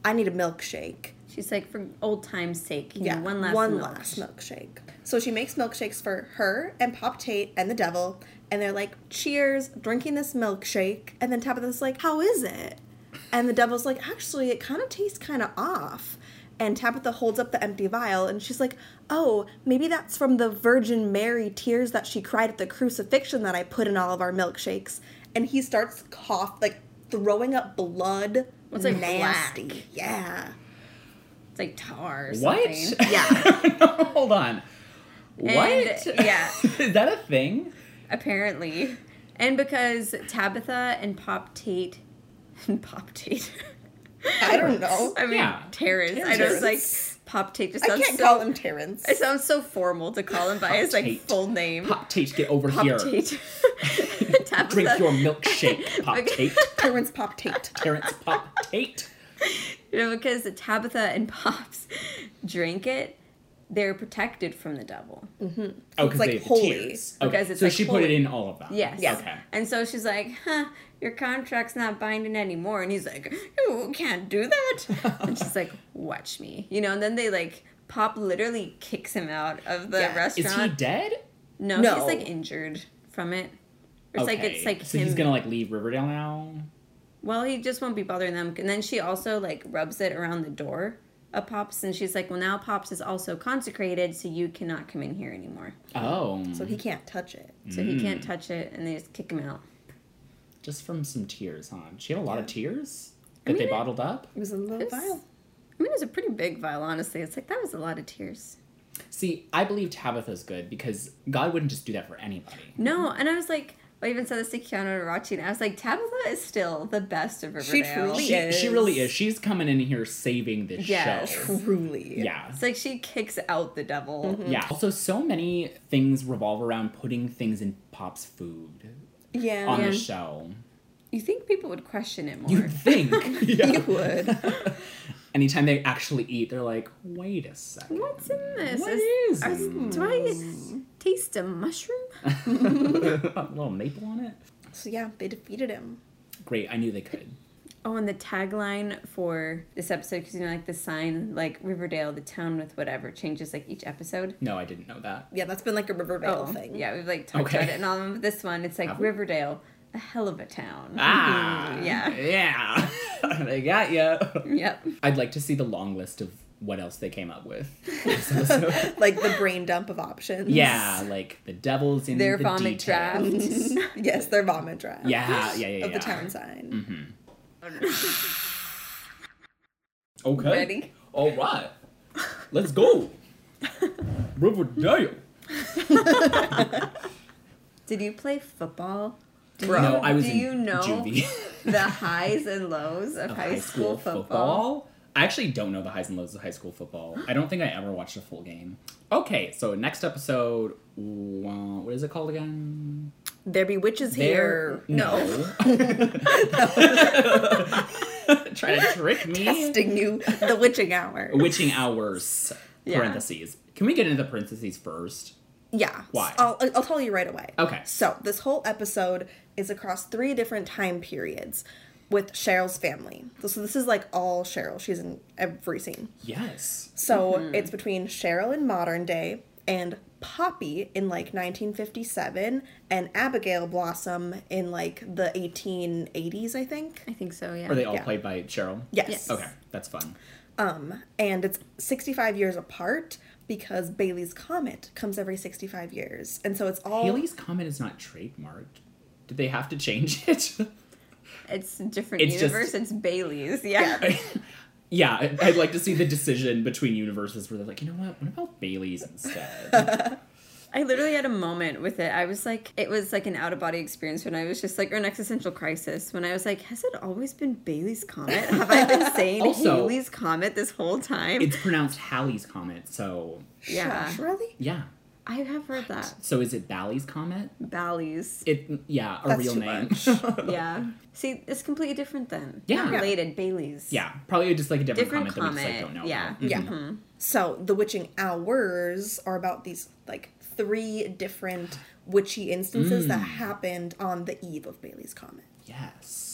S1: I need a milkshake.
S3: She's like, for old times' sake, you
S1: Yeah,
S3: know, one last
S1: one
S3: milk.
S1: last milkshake. So she makes milkshakes for her and Pop Tate and the devil, and they're like, "Cheers!" Drinking this milkshake, and then Tabitha's like, "How is it?" And the devil's like, "Actually, it kind of tastes kind of off." And Tabitha holds up the empty vial, and she's like, "Oh, maybe that's from the Virgin Mary tears that she cried at the crucifixion that I put in all of our milkshakes." And he starts cough like throwing up blood.
S3: It's like
S1: nasty.
S3: black.
S1: Yeah.
S3: It's like tar or
S2: What?
S3: something.
S1: Yeah.
S2: No, hold on.
S3: And,
S2: What?
S3: yeah.
S2: Is that a thing?
S3: apparently. And because Tabitha and Pop Tate and Pop Tate.
S1: I don't know.
S3: I mean,
S2: Oh, Yeah.
S3: Terrace. I know it's like Pop Tate just
S1: I
S3: sounds
S1: can't
S3: so.
S1: call him Terrence.
S3: it sounds so formal to call him by his like
S2: Tate.
S3: full name.
S2: Pop Tate, get over
S3: Pop
S2: here.
S3: Tate. Tabitha.
S2: Drink your milkshake, Pop
S3: Okay.
S2: Tate.
S1: Terrence Pop Tate.
S2: Terrence Pop Tate.
S3: You know, because Tabitha and Pops drink it, they're protected from the devil.
S2: Oh, because
S1: like
S2: they have the
S1: holy.
S2: tears. Okay.
S3: Because it's
S2: so
S3: like
S2: she put it
S3: holy.
S2: in all of them.
S3: Yes.
S1: Yes.
S2: Okay.
S3: And so she's like, huh, your contract's not binding anymore. And he's like, you can't do that. and she's like, watch me. You know, and then they like, Pop literally kicks him out of the
S1: Yeah.
S2: Is he
S3: restaurant.
S2: dead?
S3: no,
S1: No.
S3: he's like injured from it. It's like, it's like
S2: so
S3: him.
S2: he's gonna like leave Riverdale now.
S3: Well, he just won't be bothering them. And then she also like rubs it around the door of Pops. And she's like, well, now Pops is also consecrated, so you cannot come in here anymore.
S2: Oh,
S1: So he can't touch it.
S3: So he
S2: Mm.
S3: can't touch it. And they just kick him out.
S2: just from some tears, huh? She had a lot of tears that
S3: mean,
S2: they
S3: it-
S2: bottled up.
S1: It was a little
S3: It's-
S1: vial.
S3: I mean, it was a pretty big vial, honestly. It's like, that was a lot of tears.
S2: See, I believe Tabitha's good because God wouldn't just do that for anybody.
S3: No, and I was like, I even said this to Keanu Rachi, and I was like, Tabitha is still the best of Riverdale.
S1: She truly-
S2: She, she really
S1: Yes.
S2: is. She's coming in here saving this
S3: Yes.
S2: show.
S1: Truly.
S2: Yeah.
S3: It's like she kicks out the devil.
S2: Yeah. Also, so many things revolve around putting things in Pop's food
S1: Yeah.
S2: on the
S3: Yeah.
S2: show.
S3: You think people would question it more?
S2: You'd think.
S1: You
S2: Yeah.
S1: would.
S2: Anytime they actually eat, they're like, wait a second.
S3: What's in this?
S2: What is
S3: Is- are- do I taste a mushroom?
S2: a little maple on it?
S1: So yeah, they defeated him.
S2: Great. I knew they could.
S3: Oh, and the tagline for this episode, because you know, like the sign, like Riverdale, the town with whatever, changes like each episode. Oh,
S2: No, I didn't know that.
S1: Yeah, that's been like a Riverdale thing.
S3: yeah, we've like talked
S2: Okay.
S3: about it, and um, this one, it's like
S2: Have we?
S3: Riverdale, a hell of a town.
S2: Ah.
S3: Mm-hmm. Yeah.
S2: Yeah. they got you.
S3: Yep.
S2: I'd like to see the long list of what else they came up with. this episode.
S1: Like the brain dump of options.
S2: Yeah, like the devil's in
S3: Their
S2: the
S3: vomit
S2: detail.
S3: draft.
S1: yes, their vomit draft.
S2: Yeah, yeah, yeah,
S1: Of
S2: yeah. Mm-hmm.
S1: the town sign.
S2: Okay.
S3: Ready?
S2: All right. Let's go. Riverdale.
S3: Did you play football? Do
S1: Bro.
S3: you,
S2: No, I was
S3: do
S2: in
S3: you know
S2: juvie.
S3: the highs and lows of,
S2: Of
S3: high, school, football?
S2: I actually don't know the highs and lows of high school football. I don't think I ever watched a full game. Okay, so next episode, wa- what is it called again?
S1: There be witches here.
S2: No. Trying to trick me.
S1: Testing you. The witching hour.
S2: Witching hours.
S3: Yeah.
S2: Parentheses. Can we get into the parentheses first?
S1: Yeah.
S2: Why?
S1: I'll, I'll tell you right away.
S2: Okay.
S1: So, this whole episode is across three different time periods with Cheryl's family. So, this is like all Cheryl. She's in every scene.
S2: Yes.
S1: So,
S2: Mm-hmm.
S1: it's between Cheryl in modern day and Poppy in like 1957 and Abigail Blossom in like the 1880s, I think.
S3: I think so, yeah.
S2: Are they all
S1: Yeah.
S2: played by Cheryl?
S1: Yes.
S2: Okay, that's fun.
S1: Um, and it's 65 years apart because Bailey's Comet comes every 65 years. And so, it's all.
S2: Haley's comment is not trademarked. Did they have to change it?
S3: it's a different
S2: It's just-
S3: universe. It's Bailey's, yeah.
S2: yeah, I- I'd like to see the decision between universes where they're like, you know what? What about Bailey's instead?
S3: I literally had a moment with it. I was like, it was like an out of body experience when I was just like, or an existential crisis when I was like, has it always been Bailey's Comet? Have I been saying
S2: Also-
S3: Haley's Comet this whole time?
S2: it's pronounced Halley's comet, so
S3: yeah.
S1: Shush, really?
S2: yeah.
S3: I have heard that.
S2: So is it Bally's comet?
S3: Bally's.
S2: It yeah, a
S1: That's
S2: real
S1: too
S2: name.
S1: much.
S3: Yeah. See, it's completely different then.
S2: Yeah.
S3: Not
S2: Yeah.
S3: related, Bailey's.
S2: yeah, probably just like a different, comet,
S3: Different
S2: that we just like
S3: comet,
S2: don't know.
S3: yeah.
S2: about.
S1: Yeah. So the witching hours are about these like three different witchy instances
S2: Mm.
S1: that happened on the eve of Bailey's Comet.
S2: Yes.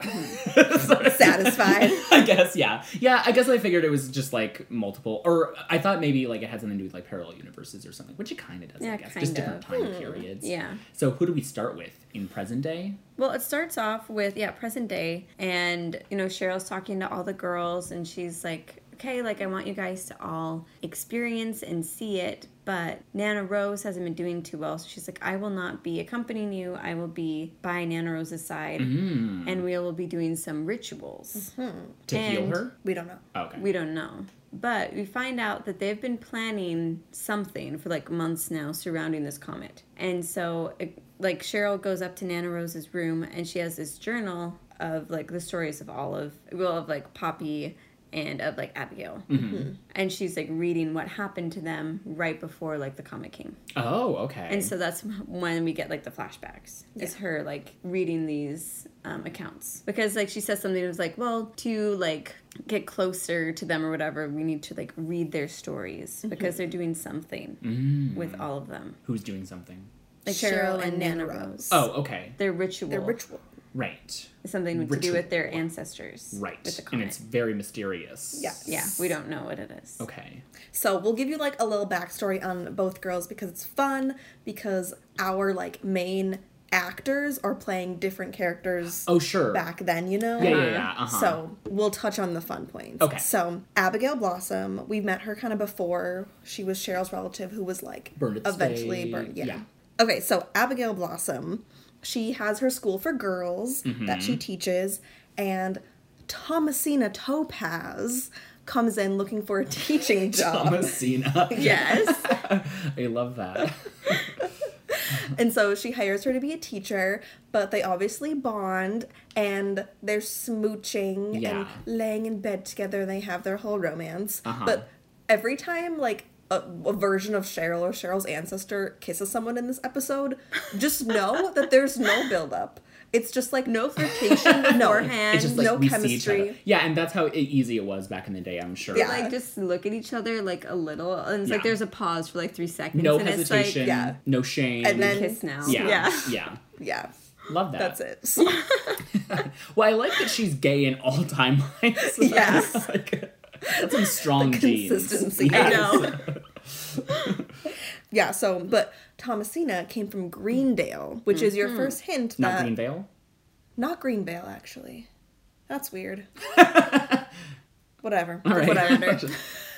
S1: satisfied.
S2: I guess, yeah. Yeah, I guess I figured it was just like multiple, or I thought maybe like it had something to do with like parallel universes or something, which it kind of does,
S3: Yeah,
S2: I guess. Just
S3: kind
S2: different
S3: of.
S2: time periods.
S3: Yeah.
S2: So who do we start with in present day?
S3: Well, it starts off with yeah, present day, and you know Cheryl's talking to all the girls, and she's like, "Okay, like I want you guys to all experience and see it." But Nana Rose hasn't been doing too well, so she's like, "I will not be accompanying you. I will be by Nana Rose's side,
S2: Mm-hmm.
S3: and we will be doing some rituals."
S2: Hmm, To heal
S3: And-
S2: her?
S1: we don't know.
S2: Okay.
S3: We don't know. But we find out that they've been planning something for like months now surrounding this comet. And so, it, like, Cheryl goes up to Nana Rose's room and she has this journal of like the stories of Olive, well, of like Poppy and of like Abigail. And she's like reading what happened to them right before like the comet came.
S2: oh, okay.
S3: And so that's when we get like the flashbacks. Is her like reading these um, accounts because like she says something that was like, well, to like get closer to them or whatever, we need to like read their stories
S2: Mm-hmm.
S3: because they're doing something
S2: Mm.
S3: with all of them,
S2: Who's doing something?
S3: like
S1: Cheryl
S3: Cheryl,
S1: and
S3: and, Nana
S1: Nana
S3: Rose.
S2: Oh, okay.
S3: their ritual,
S2: Oh.
S1: Their ritual.
S2: Right.
S3: is something to do
S2: ritual.
S3: with their ancestors, With
S2: Right.
S3: the
S2: And it's
S3: comet.
S2: very mysterious.
S1: Yeah.
S3: Yeah, we don't know what it is.
S2: Okay.
S1: So we'll give you like a little backstory on both girls because it's fun because our like main actors are playing different characters
S2: Oh, sure.
S1: back then, you know.
S2: Yeah, yeah, yeah. Uh-huh.
S1: So we'll touch on the fun points.
S2: Okay.
S1: So Abigail Blossom, we met her kind of before she was Cheryl's relative, who was like
S2: Burned at the
S1: eventually
S2: stake.
S1: burned. Yeah.
S2: Yeah.
S1: Okay, so Abigail Blossom, she has her school for girls that
S2: Mm-hmm.
S1: she teaches, and Thomasina Topaz comes in looking for a teaching
S3: um,
S1: job.
S2: Thomasina.
S3: Yes.
S2: I love that.
S1: And so she hires her to be a teacher, but they obviously bond and they're smooching
S2: Yeah.
S1: and laying in bed together. and They have their whole romance.
S2: Uh-huh.
S1: But every time, like, a, a version of Cheryl or Cheryl's ancestor kisses someone in this episode, just know that there's no buildup. It's just like no flirtation beforehand,
S3: It's just,
S1: no
S2: we see each other.
S1: chemistry.
S2: Yeah, and that's how e- easy it was back in the day, I'm sure.
S1: Yeah.
S3: like just look at each other like a little, and it's like
S2: Yeah.
S3: there's a pause for like three seconds.
S2: No
S3: and
S2: hesitation,
S3: It's
S1: yeah.
S2: no shame.
S1: And then-
S3: like, kiss now.
S2: yeah,
S1: Yeah.
S2: yeah.
S1: Yeah,
S2: Love that.
S1: that's it. So-
S2: Well, I like that she's gay in all timelines.
S1: Yes.
S2: like, that's some strong genes.
S1: consistency.
S3: I know.
S1: yeah, so, but Thomasina came from Greendale, which is your first hint
S2: Mm-hmm. Not
S1: that.
S2: Greenvale.
S1: Not Greenvale, actually. That's weird. Whatever.
S2: All right.
S1: Whatever.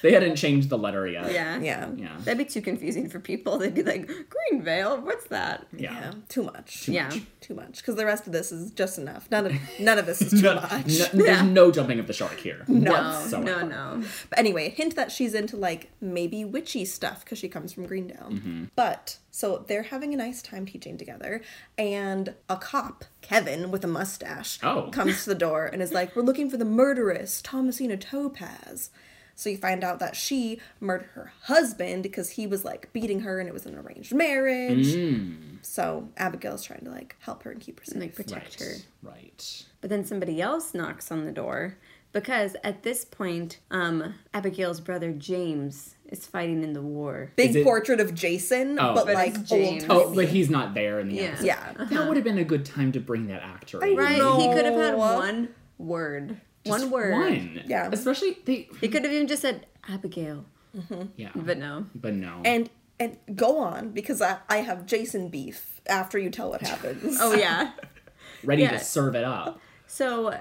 S2: they hadn't changed the letter yet.
S3: Yeah.
S1: Yeah. yeah.
S2: Yeah.
S3: That'd be too confusing for people. They'd be like, Greenvale, what's that?
S2: Yeah.
S1: Too much.
S3: Yeah.
S1: Too much. Because the rest of this is just enough. None of none of this is too
S2: No,
S1: much.
S2: no-
S3: Yeah.
S2: There's no jumping of the shark here.
S1: No.
S3: No,
S2: So-
S3: no, no.
S1: But anyway, hint that she's into like maybe witchy stuff because she comes from Greendale.
S2: Mm-hmm.
S1: But so they're having a nice time teaching together, and a cop, Kevin, with a mustache,
S2: Oh.
S1: comes to the door and is like, "We're looking for the murderess, Thomasina Topaz." So you find out that she murdered her husband because he was like beating her, and it was an arranged marriage.
S2: Mm.
S1: So Abigail's trying to like help her and keep her safe.
S3: And, like protect her.
S2: Right. Right.
S3: But then somebody else knocks on the door because at this point, um, Abigail's brother James is fighting in the war.
S1: Big
S2: Is it-
S1: portrait of Jason,
S2: Oh.
S1: but
S2: But
S1: like
S3: it's
S1: old.
S3: James.
S2: Oh, but he's not there in the
S3: Yeah.
S2: episode.
S1: Yeah. Uh-huh.
S2: That would have been a good time to bring that actor in.
S3: Right?
S1: No.
S3: He could have had one word. one word.
S2: One.
S1: Yeah.
S2: Especially they.
S3: He could have even just said Abigail.
S2: Yeah.
S3: But no.
S2: But no.
S1: and and go on because I, I have Jason beef after you tell what happens.
S3: Oh, yeah.
S2: Ready
S3: yeah.
S2: to serve it up.
S3: So,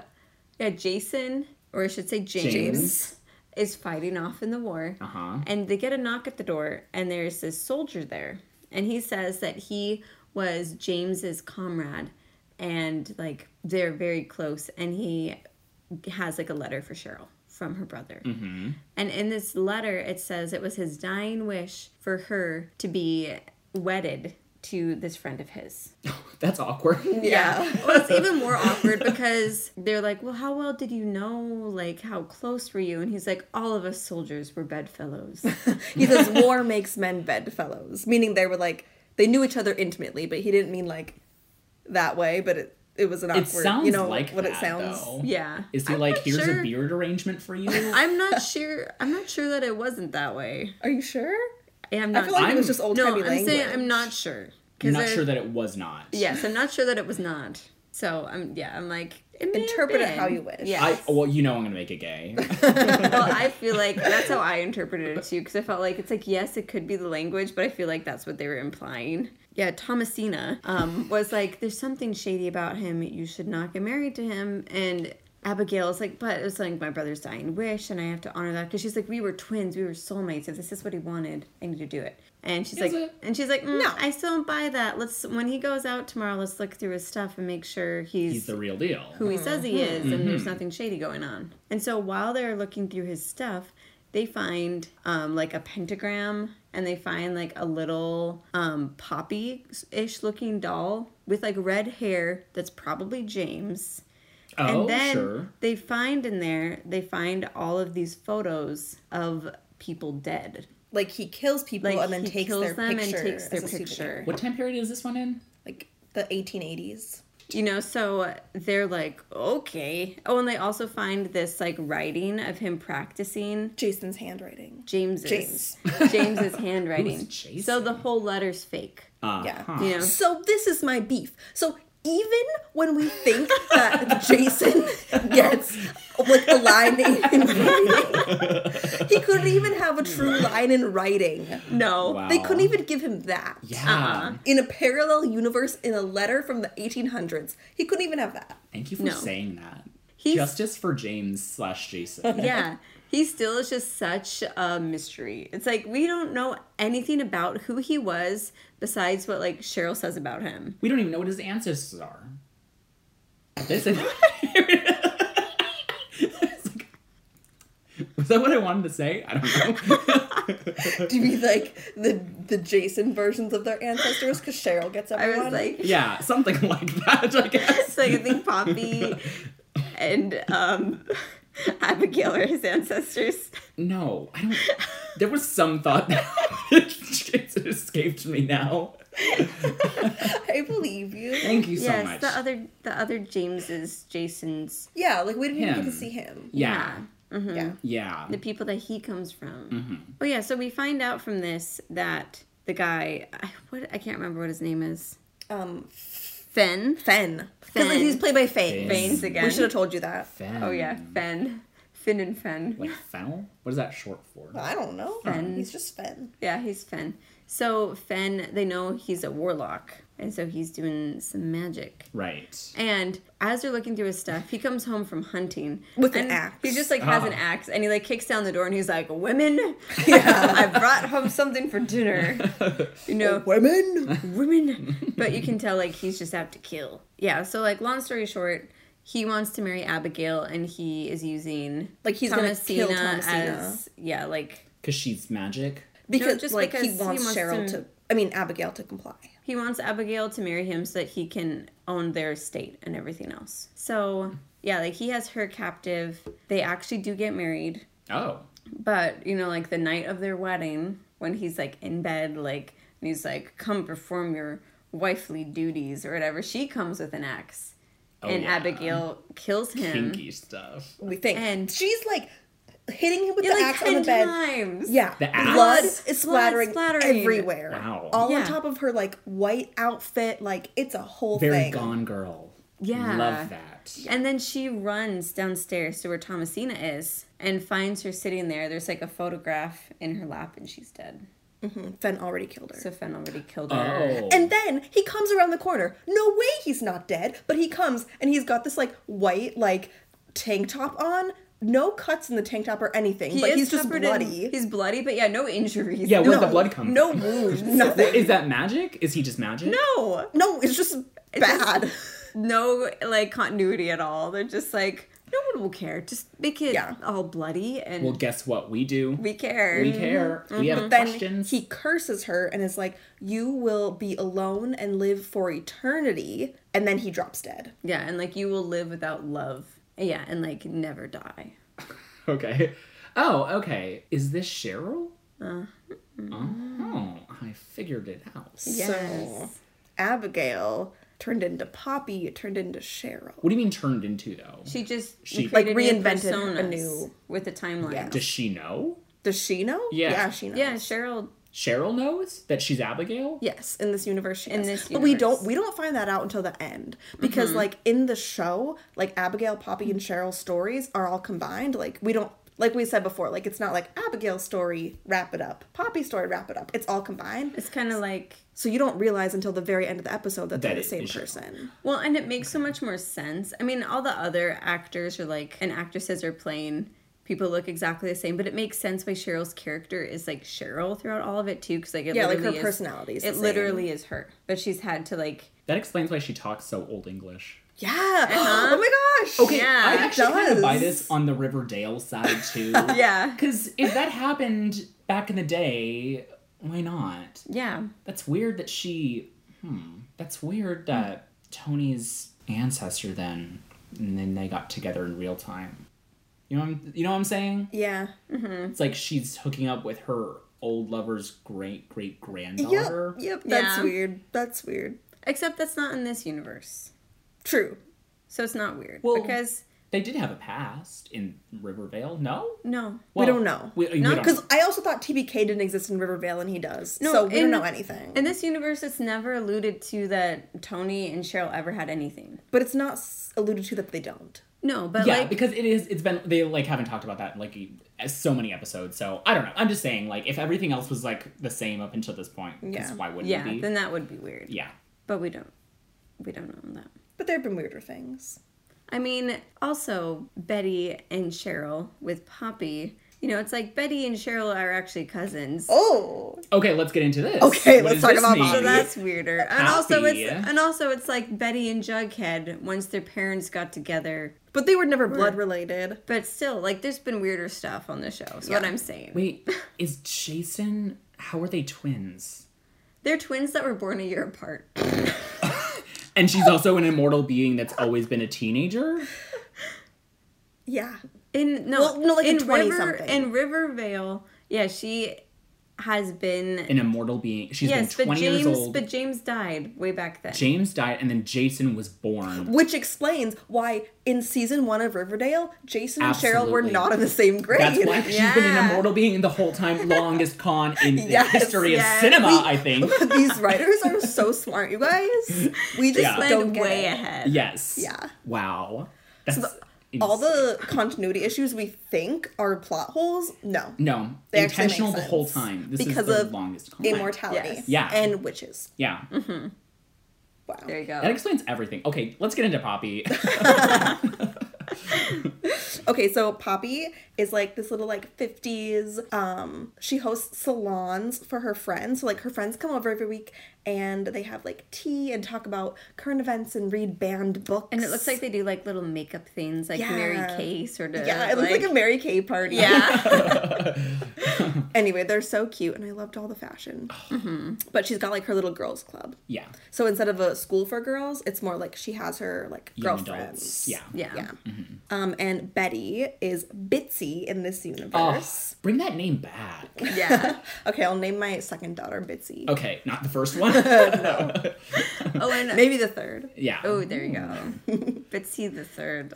S3: yeah, Jason, or I should say James,
S2: James.
S3: is fighting off in the war.
S2: Uh-huh.
S3: And they get a knock at the door, and there's this soldier there. And he says that he was James's comrade, and like they're very close. And he has like a letter for Cheryl from her brother. And in this letter, it says it was his dying wish for her to be wedded to this friend of his.
S2: That's awkward.
S1: Yeah.
S3: well, it's even more awkward because they're like, "Well, how well did you know? Like, how close were you?" And he's like, "All of us soldiers were bedfellows."
S1: He says war makes men bedfellows, meaning they were like they knew each other intimately, but he didn't mean like that way, but it it was an awkward,
S2: It sounds
S1: you know
S2: like
S1: what it
S2: that,
S1: sounds.
S2: though.
S3: yeah.
S2: Is he
S3: I'm
S2: like,
S3: not
S2: here's
S3: sure.
S2: a beard arrangement for you?
S3: I'm not sure. I'm not sure that it wasn't that way.
S1: Are you sure?
S3: Yeah, I'm
S1: I
S3: not.
S1: feel like it was
S2: I'm-
S1: just old
S3: no, I'm
S1: timey language.
S3: saying I'm not sure.
S2: I'm
S3: 'Cause
S2: not
S3: I-
S2: sure that it was not.
S3: Yes, I'm not sure that it was not. So I'm yeah, I'm like It may have
S1: Interpret it
S3: been.
S1: how you wish.
S2: I
S3: Yes.
S2: well, you know I'm gonna make it gay.
S3: well, I feel like that's how I interpreted it too, because I felt like it's like yes, it could be the language, but I feel like that's what they were implying. Yeah, Thomasina um, was like, "There's something shady about him. You should not get married to him." And Abigail's like, "But it's like my brother's dying wish, and I have to honor that." Because she's like, "We were twins. We were soulmates. If this is what he wanted, I need to do it." And she's like,
S2: it?
S3: "And she's like, mm,
S1: No.
S3: I still don't buy that. Let's when he goes out tomorrow, let's look through his stuff and make sure
S2: He's the real deal.
S3: who he says
S2: Mm-hmm.
S3: he is, and there's nothing shady going on. And so while they're looking through his stuff, they find um, like a pentagram and they find like a little um, poppy ish looking doll with like red hair that's probably James.
S2: oh,
S3: and then
S2: sure.
S3: they find in there, they find all of these photos of people dead.
S1: Like he kills people
S3: Like
S1: and then
S3: he
S1: takes
S3: kills
S1: their
S3: them and
S1: picture.
S3: takes their
S1: as a souvenir.
S3: picture.
S2: What time period is this one in?
S1: Like the 1880s.
S3: You know, so they're like, okay. Oh, and they also find this like writing of him practicing
S1: Jason's handwriting.
S3: James's
S1: James.
S3: James's handwriting.
S2: Who's Jason?
S3: So the whole letter's fake.
S2: Uh,
S1: Yeah.
S3: Yeah.
S1: So this is my beef. So even when we think that Jason gets like a line in writing, he couldn't even have a true line in writing.
S3: No.
S2: Wow.
S1: They couldn't even give him that. Um,
S2: Yeah.
S3: Uh-uh.
S1: In a parallel universe, in a letter from the 1800s, he couldn't even have that.
S2: Thank you for
S3: No.
S2: saying that.
S3: He's-
S2: Justice for James slash Jason.
S3: Yeah. He still is just such a mystery. It's like we don't know anything about who he was besides what like Cheryl says about him.
S2: we don't even know what his ancestors are. This is. It's like- Was that what I wanted to say? I don't know.
S1: To be like the the Jason versions of their ancestors, because Cheryl gets
S3: I
S1: everyone.
S3: was like
S2: yeah, something like that, I guess.
S3: it's like I think Poppy and um Abigail are his ancestors.
S2: No, I don't. There was some thought that it escaped me now.
S1: I believe you.
S2: Thank you so
S3: yes,
S2: much.
S3: the other the other Jameses, Jasons.
S1: Yeah, like we didn't even get
S2: Him.
S1: to see him.
S2: yeah,
S1: Yeah.
S2: yeah.
S3: the people that he comes from.
S2: Mm-hmm.
S3: Oh yeah, so we find out from this that the guy, I, what I can't remember what his name is,
S1: Um,
S3: Fen.
S1: Fen. Because
S3: Fen.
S1: he's played by Faye.
S2: Faye.
S3: Fane's again.
S1: We should have told you that.
S2: Fen.
S3: oh yeah, Fen, Finn and Fen.
S2: Mm. Like fennel? What is that short for?
S1: I don't know.
S3: Fen.
S1: He's just Fen.
S3: Yeah, he's Fen. So Fen, they know he's a warlock, and so he's doing some magic.
S2: Right.
S3: And as they're looking through his stuff, he comes home from hunting
S1: With an
S3: and
S1: axe.
S3: He just like has an
S2: Ah.
S3: axe, and he like kicks down the door, and he's like, "Women, I brought home something for dinner."
S2: Oh,
S3: You know,
S1: Women.
S3: women. but you can tell like he's just out to kill. Yeah. So like long story short, he wants to marry Abigail, and he is using
S1: Like, he's gonna kill Thomasina.
S3: as yeah, like
S2: Because she's magic.
S1: Because
S3: just
S1: like
S3: because
S1: he
S3: he
S1: wants
S3: wants
S1: Cheryl
S3: to-
S1: to. I mean Abigail to comply.
S3: he wants Abigail to marry him so that he can own their estate and everything else. So yeah, like he has her captive. They actually do get married,
S2: Oh.
S3: but you know, like the night of their wedding, when he's like in bed, like and he's like, "Come perform your wifely duties" or whatever. She comes with an axe.
S2: Oh,
S3: and
S2: yeah.
S3: Abigail kills him.
S2: Kinky stuff.
S1: We think.
S3: And-
S1: she's like hitting him with
S3: Yeah,
S1: the
S3: like
S1: axe on
S3: ten
S1: the bed.
S3: times.
S1: Yeah.
S2: The axe?
S1: Blood
S3: Blood
S1: is splattering,
S3: splattering.
S1: everywhere.
S2: Wow.
S1: All on
S3: Yeah.
S1: top of her like white outfit. Like it's a whole
S2: Very
S1: thing.
S2: gone girl.
S3: Yeah.
S2: Love that.
S3: And then she runs downstairs to where Thomasina is and finds her sitting there. There's like a photograph in her lap, and she's dead.
S1: Fen already killed her.
S3: So Fen already killed her.
S2: Oh.
S1: And then he comes around the corner. No way he's not dead, but he comes and he's got this like white like tank top on. No cuts in the tank top or anything, but
S3: is
S1: he's just
S3: covered
S1: bloody.
S3: In, he's bloody, but yeah, no injuries.
S2: yeah, where'd
S1: No.
S2: the blood come
S1: no
S2: from?
S1: wounds, nothing.
S2: Is that magic? Is he just magic?
S3: no,
S1: No, it's just bad.
S3: no, like continuity at all. They're just like no one will care. Just make it
S1: Yeah.
S3: all bloody, and
S2: Well, guess what? We do.
S3: we care.
S2: We care. We have
S1: then
S2: questions.
S1: Mm-hmm. he curses her and is like, "You will be alone and live for eternity." And then he drops dead.
S3: Yeah, and like you will live without love. Yeah, and like never die.
S2: Okay. Oh, okay. Is this Cheryl?
S1: Uh-huh.
S2: Oh, I figured it out.
S1: So
S3: Yes.
S1: Abigail turned into Poppy. It turned into Cheryl.
S2: What do you mean turned into though?
S3: She just
S2: She-
S3: created
S1: Like,
S3: new
S1: reinvented a
S3: personas
S1: new-
S3: with a timeline.
S1: Yeah.
S2: Does she know?
S1: Does she know?
S2: Yeah.
S1: yeah she knows.
S3: Yeah, Cheryl
S2: Cheryl knows that she's Abigail.
S1: Yes, in this universe. She in
S3: this
S1: but we
S3: universe. Mm-hmm.
S1: don't we don't find that out until the end because like in the show, like Abigail, Poppy, and Cheryl's stories are all combined. Like we don't like we said before. Like it's not like Abigail's story wrap it up, Poppy's story wrap it up. It's all combined.
S3: It's kind of like
S1: So you don't realize until the very end of the episode that, they're
S2: That
S1: the
S2: it
S1: same
S2: is Cheryl.
S1: person.
S3: well, and it makes so much more sense. I mean, all the other actors are like and actresses are playing people look exactly the same, but it makes sense why Cheryl's character is like Cheryl throughout all of it too, because like it
S1: Yeah, like, her
S3: literally is-
S1: personality is the
S3: It
S1: same.
S3: literally is her, but she's had to like
S2: That explains why she talks so old English.
S1: Yeah. Oh my gosh.
S2: Okay,
S3: Yeah,
S2: I
S3: it
S2: actually kind of
S1: does.
S2: buy this on the Riverdale side too.
S3: yeah
S2: Because if that happened back in the day, why not?
S3: yeah
S2: That's weird that she. Hmm. That's weird that Tony's ancestor then, and then they got together in real time. You know, what I'm, you know what I'm saying?
S1: Yeah. Mm-hmm.
S2: It's like she's hooking up with her old lover's great great
S1: Yep.
S2: granddaughter.
S1: Yep. That's
S3: Yeah.
S1: weird. That's weird.
S3: except that's not in this universe
S1: True.
S3: so it's not weird
S2: Well-
S3: because
S2: They did have a past in Riverdale. No,
S3: no
S1: We don't know.
S2: We, we
S3: No,
S2: don't
S1: Because I also thought TBK didn't exist in Rivervale and he does.
S3: No,
S1: so we
S3: in-
S1: don't know anything.
S3: in this universe it's never alluded to that Tony and Cheryl ever had anything
S1: but it's not s- alluded to that they don't.
S3: no but
S2: yeah,
S3: like
S2: because it is. It's been they like haven't talked about that in, like as so many episodes. So I don't know. I'm just saying like if everything else was like the same up until this point, 'cause
S1: Yeah.
S2: why wouldn't
S3: yeah
S2: it be?
S3: then that would be weird
S2: yeah,
S3: but we don't we don't know that
S1: But there have been weirder things.
S3: I mean also Betty and Cheryl with Poppy you know it's like Betty and Cheryl are actually cousins
S1: Oh,
S2: Okay, let's get into this.
S1: Okay, let's
S2: does
S1: talk
S2: this
S1: about
S2: mean?
S3: So that's weirder. And also
S2: Happy.
S3: it's and also it's like Betty and Jughead once their parents got together.
S1: but they were never blood related.
S3: But still, like there's been weirder stuff on the show. Is what I'm saying.
S2: Wait, is Jason? How are they twins?
S3: They're twins that were born a year apart.
S2: And she's also an immortal being that's always been a teenager.
S1: Yeah,
S3: In no,
S1: Well, no, like
S3: in
S1: in 20
S3: River,
S1: something.
S3: In Rivervale, yeah, she has been
S2: An immortal being. She's
S3: yes,
S2: been
S3: but
S2: twenty
S3: James
S2: years old.
S3: but James died way back then.
S2: James died, and then Jason was born.
S1: which explains why in season one of Riverdale, Jason and Cheryl were
S2: Absolutely.
S1: not in the same grade.
S2: That's why she's been an
S3: Yeah.
S2: immortal being the whole time. Longest con in the
S1: Yes,
S2: history of
S3: yes.
S2: cinema,
S1: We-
S2: I think.
S1: These writers are so smart, you guys. We just
S2: Yeah.
S3: Been
S1: don't get
S3: way
S1: it.
S3: ahead.
S2: Yes.
S1: Yeah.
S2: Wow. That's
S1: All
S2: ins-
S1: the continuity issues we think are plot holes. No,
S2: no
S1: they actually make
S2: intentional the whole
S1: sense.
S2: time. This
S1: Because
S2: is the
S1: of
S2: longest con.
S1: immortality. Mm-hmm.
S3: Yes.
S2: Yeah.
S1: and witches.
S2: Yeah.
S1: Wow.
S3: There you go.
S2: That explains everything. Okay, let's get into Poppy.
S1: Okay, so Poppy is like this little like 50s um she hosts salons for her friends. So like her friends come over every week and they have like tea and talk about current events and read banned books.
S3: and it looks like they do like little makeup things, like
S1: Yeah.
S3: Mary Kay sort of.
S1: yeah, it looks like a Mary Kay party.
S3: yeah.
S1: anyway, they're so cute and I loved all the fashion. Mm-hmm. But she's got like her little girls club.
S2: yeah.
S1: So instead of a school for girls, it's more like she has her like
S2: Young
S1: girlfriends.
S2: adults. Yeah.
S3: yeah,
S1: Yeah. Um and Betty is Bitsy in this
S2: Oh,
S1: universe.
S2: bring that name back.
S3: yeah.
S1: Okay, I'll name my second daughter Bitsy.
S2: Okay, not the first one.
S3: Oh, and
S1: Maybe the third.
S2: yeah.
S3: Oh, there you go. Betsy the third.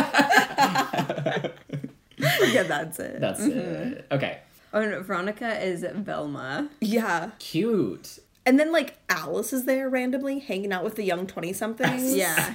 S1: yeah, that's it.
S2: That's
S1: mm-hmm.
S2: it. Okay.
S3: Oh, and Veronica is Velma.
S1: Yeah.
S2: Cute.
S1: And then like Alice is there randomly hanging out with the young 20 somethings.
S3: Yeah.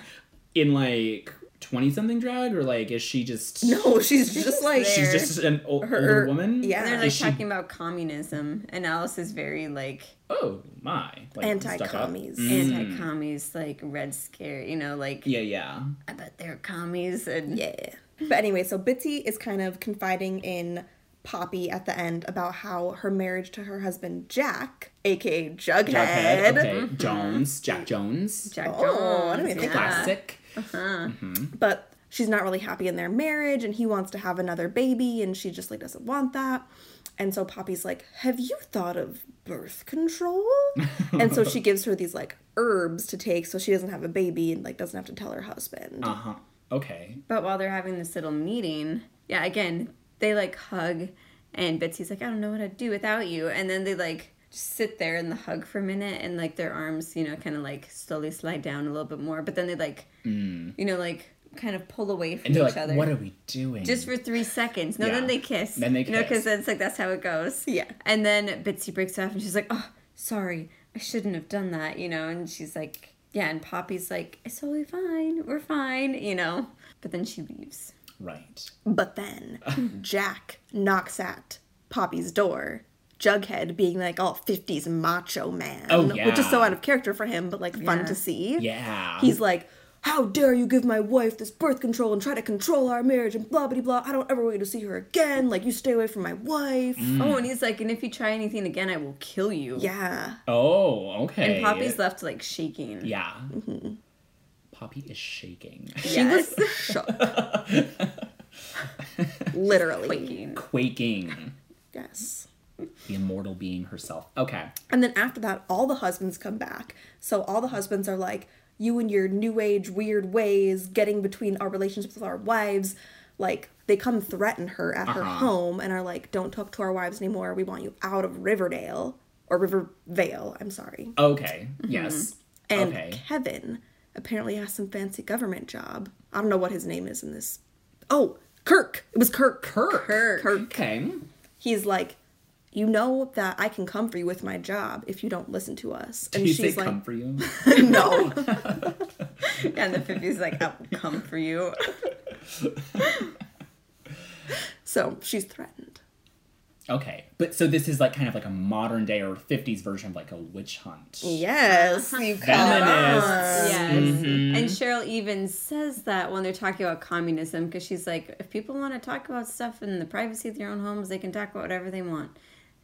S2: In like 20 something drag, or like is she just.
S1: No, she's just like
S3: there.
S2: She's just an o- older
S1: Her-
S2: woman?
S1: yeah.
S3: And they're
S2: Is
S3: like
S2: she-
S3: talking about communism, and Alice is very like
S2: Oh, my. Like,
S1: anti
S2: stuck up. Mm.
S1: commies.
S3: anti commies, like red scare, you know, like
S2: Yeah, yeah.
S3: I bet they're commies. And
S1: Yeah. But anyway, so Bitsy is kind of confiding in Poppy at the end about how her marriage to her husband Jack, aka Jughead.
S2: Jughead. Okay.
S3: Mm-hmm.
S2: Jones. Jack Jones.
S3: Jack
S1: Oh, I
S3: Jones.
S1: didn't even think about
S3: yeah.
S2: Classic.
S1: But she's not really happy in their marriage and he wants to have another baby and she just like doesn't want that. And so Poppy's like, "Have you thought of birth control?" and so she gives her these like herbs to take so she doesn't have a baby and like doesn't have to tell her husband.
S2: Uh huh. Okay.
S3: But while they're having this little meeting, yeah, again, they like hug, and Betsy's like, I don't know what I'd do without you. And then they like just sit there in the hug for a minute, and like their arms, you know, kind of like slowly slide down a little bit more. But then they like, you know, like kind of pull away from
S2: Mm. and
S3: each
S2: they're like,
S3: other.
S2: "What are we doing?"
S3: just for three seconds. No,
S2: Yeah.
S3: then they kiss.
S2: Then they
S3: No,
S2: kiss.
S3: because that's like that's how it goes. Yeah. And then Bitsy breaks off and she's like, "Oh, sorry, I shouldn't have done that," you know. And she's like, "Yeah." And Poppy's like, "It's totally fine. We're fine," you know. But then she leaves.
S2: right.
S1: But then Jack knocks at Poppy's door. Jughead being like all 50s macho man,
S2: Oh,
S1: which is so
S2: yeah.
S1: out of character for him, but like fun
S3: Yeah.
S1: to see.
S2: Yeah.
S1: He's like, How dare you give my wife this birth control and try to control our marriage and blah, blah, blah. I don't ever want you to see her again. Like, you stay away from my wife.
S2: Mm.
S3: Oh, and he's like, "And if you try anything again, I will kill you."
S1: Yeah.
S2: oh, okay.
S3: And Poppy's left like Mm-hmm. shaking.
S2: Yeah. Poppy is shaking.
S1: She was shook. Literally.
S3: Quaking.
S2: Quaking.
S1: Yes.
S2: The immortal being herself. Okay.
S1: And then after that, all the husbands come back. So all the husbands are like, you and your new age weird ways, getting between our relationships with our wives. Like, they come threaten her at her
S2: Uh-huh.
S1: home and are like, don't talk to our wives anymore. We want you out of Riverdale or Rivervale. I'm sorry.
S2: Okay.
S3: Mm-hmm.
S2: Yes.
S1: And
S2: okay.
S1: Kevin apparently has some fancy government job. I don't know what his name is in this. Oh, Kirk. It was Kirk. Kirk. Kirk.
S2: Okay.
S1: He's like, you know that I can come for you with my job if you don't listen to us.
S2: Do
S1: And
S2: you say
S1: she's like,
S2: come for you?
S1: no.
S3: Yeah, and the fifties like, "I will come for you."
S1: So she's threatened.
S2: Okay. But so this is like kind of like a modern day or 50s version of like a witch hunt.
S3: Mm-hmm.
S1: Yes, you
S2: Feminists.
S3: Yes.
S2: Mm-hmm.
S3: And Cheryl even says that when they're talking about communism because she's like, if people want to talk about stuff in the privacy of their own homes, they can talk about whatever they want.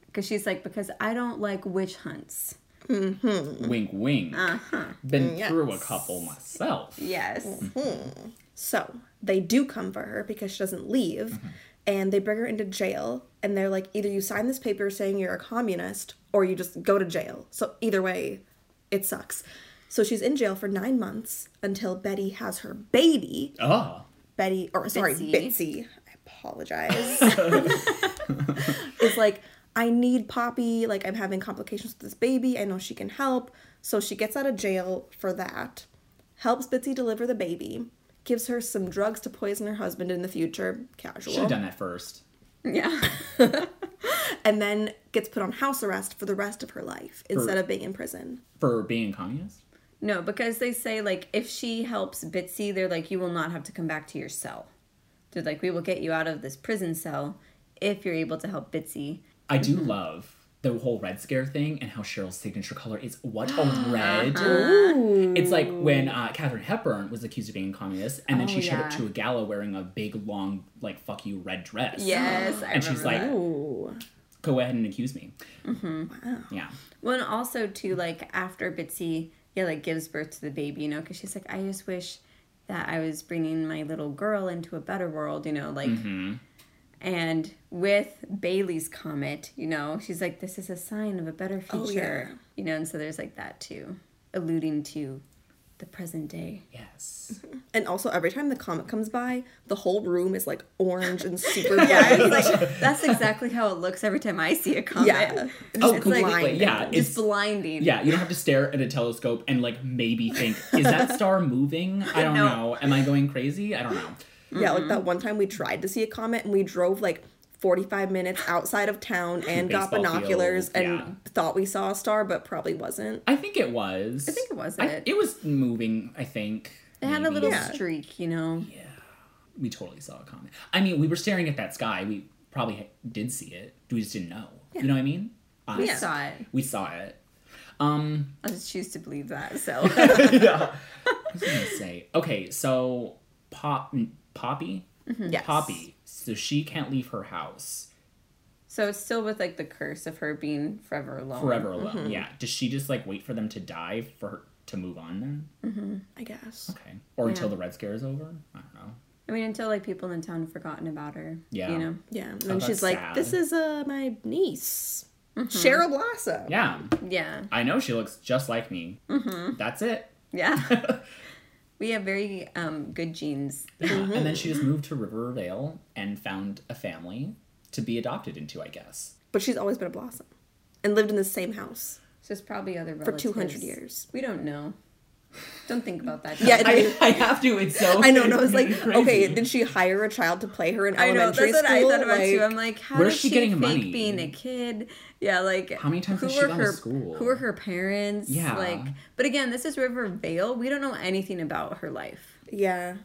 S3: Because she's like, because I don't like witch hunts.
S2: Wink, wink.
S3: Uh-huh.
S2: Been
S3: Mm,
S2: through a
S1: Yes.
S2: couple myself.
S3: Yes.
S1: So they do come for her because she doesn't leave, and they bring her into jail. And they're like, either you sign this paper saying you're a communist, or you just go to jail. So either way, it sucks. So she's in jail for nine months until Betty has her baby.
S2: Oh.
S1: Betty, or sorry,
S3: Bitsy.
S1: Bitsy. I apologize. It's like, I need Poppy. Like, I'm having complications with this baby. I know she can help. So she gets out of jail for that, helps Bitsy deliver the baby, gives her some drugs to poison her husband in the future, casual,
S2: Should have done that first.
S3: Yeah.
S1: and then gets put on house arrest for the rest of her life instead
S2: For-
S1: of being in prison.
S2: For being a communist?
S3: No, because they say, like, if she helps Bitsy, they're like, you will not have to come back to your cell. They're like, we will get you out of this prison cell if you're able to help Bitsy.
S2: I do love the whole red scare thing and how Cheryl's signature color is what a red.
S3: Uh-huh.
S2: It's like when uh, Katherine Hepburn was accused of being a communist, and then
S3: Oh,
S2: she showed up
S3: yeah.
S2: to a gala wearing a big, long, like "fuck you" red dress.
S3: Yes. I
S2: and she's
S3: remember
S2: like,
S3: that.
S1: Ooh.
S2: "Go ahead and accuse me."
S3: Mm-hmm.
S2: Yeah,
S3: Well, and also too, like after Bitsy, yeah, like gives birth to the baby, you know, because she's like, I just wish that I was bringing my little girl into a better world, you know, like.
S2: Mm-hmm.
S3: And with Bailey's comet, you know, she's like, this is a sign of a better
S1: Oh,
S3: future,
S1: yeah.
S3: you know, and so there's like that too, alluding to the present day.
S2: yes,
S1: And also, every time the comet comes by, the whole room is like orange and super bright.
S3: It's like that's exactly how it looks every time I see a comet.
S1: yeah.
S2: Oh,
S1: It's
S2: completely, yeah,
S1: blinding.
S2: it's-
S3: It's blinding.
S2: yeah. You don't have to stare at a telescope and like maybe think, "Is that star moving?" I don't
S3: No.
S2: know. Am I going crazy? I don't know.
S1: Yeah, like
S2: Mm-hmm.
S1: that one time we tried to see a comet and we drove like 45 minutes outside of town and got
S2: Baseball
S1: binoculars
S2: field,
S1: and
S2: yeah.
S1: thought we saw a star, but probably wasn't.
S2: I think it was. I
S3: think it was it.
S2: it was moving. I think
S3: It had a
S2: maybe.
S3: little
S1: Yeah.
S3: streak, you know.
S2: we totally saw a comet. I mean, we were staring at that sky. We probably ha- did see it. We just didn't know. You know what I mean?
S3: We
S2: Honest.
S3: saw it.
S2: We saw it. Um,
S3: I just choose to believe that. So
S2: yeah. I was gonna say okay. So pop Poppy,
S1: Yes.
S2: Poppy. So she can't leave her house
S3: So it's still with like the curse of her being forever alone.
S2: forever alone.
S3: Mm-hmm.
S2: Yeah. Does she just like wait for them to die for her to move on then?
S1: I guess.
S2: Okay. Or until
S3: Mm-hmm. Yeah.
S2: the Red Scare is over? I don't know.
S3: I mean, until like people in town have forgotten about her.
S2: Yeah.
S3: You know.
S1: Yeah. And then
S2: Oh, that's
S1: she's like,
S2: sad. Mm-hmm.
S1: this is uh my niece, Cheryl Blossom.
S2: Yeah.
S3: Yeah.
S2: I know she looks just like me.
S3: Mm-hmm.
S2: That's it.
S3: Yeah. we have very um, good genes.
S2: Yeah, and then she just moved to Rivervale and found a family to be adopted into, I guess.
S1: But she's always been a Blossom and lived in the same house
S3: So it's probably other
S1: for
S3: relatives.
S1: 200 years.
S3: We don't know. Don't think about that.
S1: Yeah,
S3: John.
S2: I, I have to. It's so.
S1: I know, and I was like,
S2: crazy.
S1: okay, did she hire a child to play her in
S3: I know. That's
S1: elementary
S3: what I
S1: school?
S3: thought about too.
S1: Like,
S3: I'm like, how
S2: Where
S3: does
S2: is she
S3: she,
S2: getting
S3: fake
S2: money?
S3: being a kid? Yeah, like
S2: How many times
S3: who
S2: has she
S3: were
S2: gone to
S3: her,
S2: school?
S3: Who are her parents?
S2: Yeah.
S3: like. But again, this is Rivervale. We don't know anything about her life.
S1: yeah.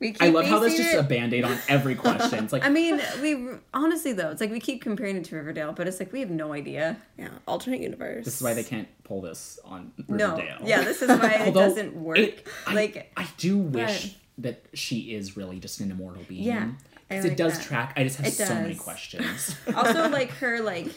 S3: We keep
S2: I love how that's
S3: basing
S2: just
S3: it-
S2: a band aid on every question. It's like,
S3: I mean, we honestly though, it's like we keep comparing it to Riverdale, but it's like we have no idea.
S1: Yeah. Alternate universe.
S2: this is why they can't pull this on
S3: No,
S2: Riverdale.
S3: yeah, this is why it
S2: Although
S3: doesn't work.
S2: it- I,
S3: like,
S2: I do wish that she is really just an immortal being.
S3: Yeah, I
S2: 'Cause
S3: like
S2: it does
S3: that.
S2: track. I just have
S3: It
S2: so many
S3: does.
S2: questions.
S3: also like her like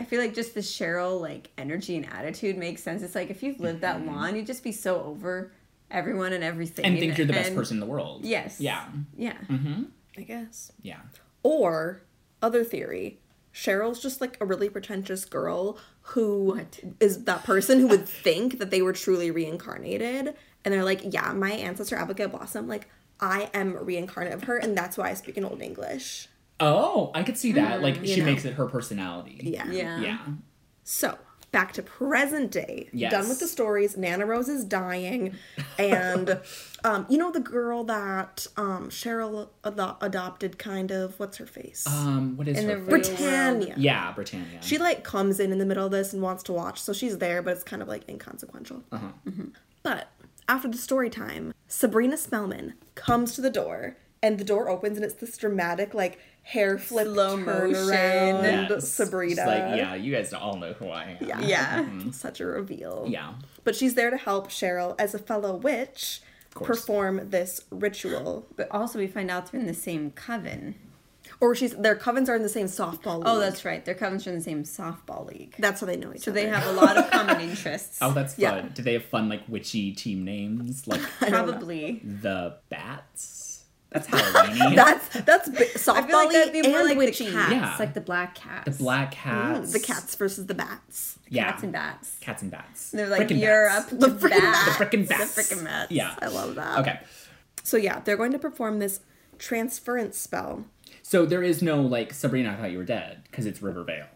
S3: I feel like just the Cheryl like energy and attitude makes sense. It's like if you've lived that long, you'd just be so over everyone and everything.
S2: Mm-hmm. and think you're the best
S3: and-
S2: person in the world.
S3: Yes.
S2: Yeah. Mm-hmm.
S3: Yeah.
S1: I guess.
S2: Yeah.
S1: Or other theory, Cheryl's just like a really pretentious girl who is
S3: What?
S1: that person who would think that they were truly reincarnated, and they're like, yeah, my ancestor Abigail Blossom, like I am reincarnate of her, and that's why I speak in Old English.
S2: Oh, I could see that. like she
S1: know.
S2: makes it her personality.
S1: Yeah.
S3: Yeah.
S2: Yeah.
S1: So back to present day.
S2: Yes.
S1: Done with the stories. Nana Rose is dying, and um, you know the girl that um, Cheryl ad- adopted, kind of. What's her face?
S2: Um, what is
S3: In
S2: her?
S3: the
S2: fir-
S3: real-
S1: Britannia.
S2: yeah, Britannia.
S1: She like comes in in the middle of this and wants to watch, so she's there, but it's kind of like inconsequential. Mm-hmm.
S2: uh-huh.
S1: But after the story time, Sabrina Spellman comes to the door, and the door opens, and it's this dramatic like hair flip
S3: Slow motion.
S1: turnaround.
S2: Yeah, it's- it's
S1: Sabrina,
S2: like, yeah, you guys all know who I am.
S1: yeah,
S3: Yeah.
S1: such a reveal.
S2: Yeah.
S1: But she's there to help Cheryl as a fellow witch
S2: course.
S1: perform this ritual.
S3: But also we find out they're in the same coven.
S1: Or she's their covens are in the same softball league.
S3: Oh, that's right. Their covens are in the same softball league.
S1: that's how they know each
S3: so
S1: other.
S3: they have a lot of common interests.
S2: Oh, that's
S1: Yeah.
S2: fun. Do they have fun like witchy team names like
S1: don't know.
S3: Probably.
S2: the bats? That's Halloween.
S1: that's that's bi- softball
S3: I feel like that'd
S1: league
S3: be more
S1: and
S3: like
S1: witchy.
S3: the cats,
S2: Yeah.
S3: like the black cats.
S2: the black
S1: Mm,
S2: cats.
S1: the cats versus the bats.
S2: Yeah.
S3: cats and bats.
S2: Cats and bats.
S3: And they're like,
S2: Frickin'
S3: you're
S2: bats.
S3: up
S1: The
S3: to
S1: frickin'
S3: bats.
S2: The frickin' bats.
S3: The frickin' bats.
S2: Yeah.
S1: I love that.
S2: Okay.
S1: So yeah, they're going to perform this transference spell.
S2: So there is no like Sabrina. I thought you were dead because it's Rivervale.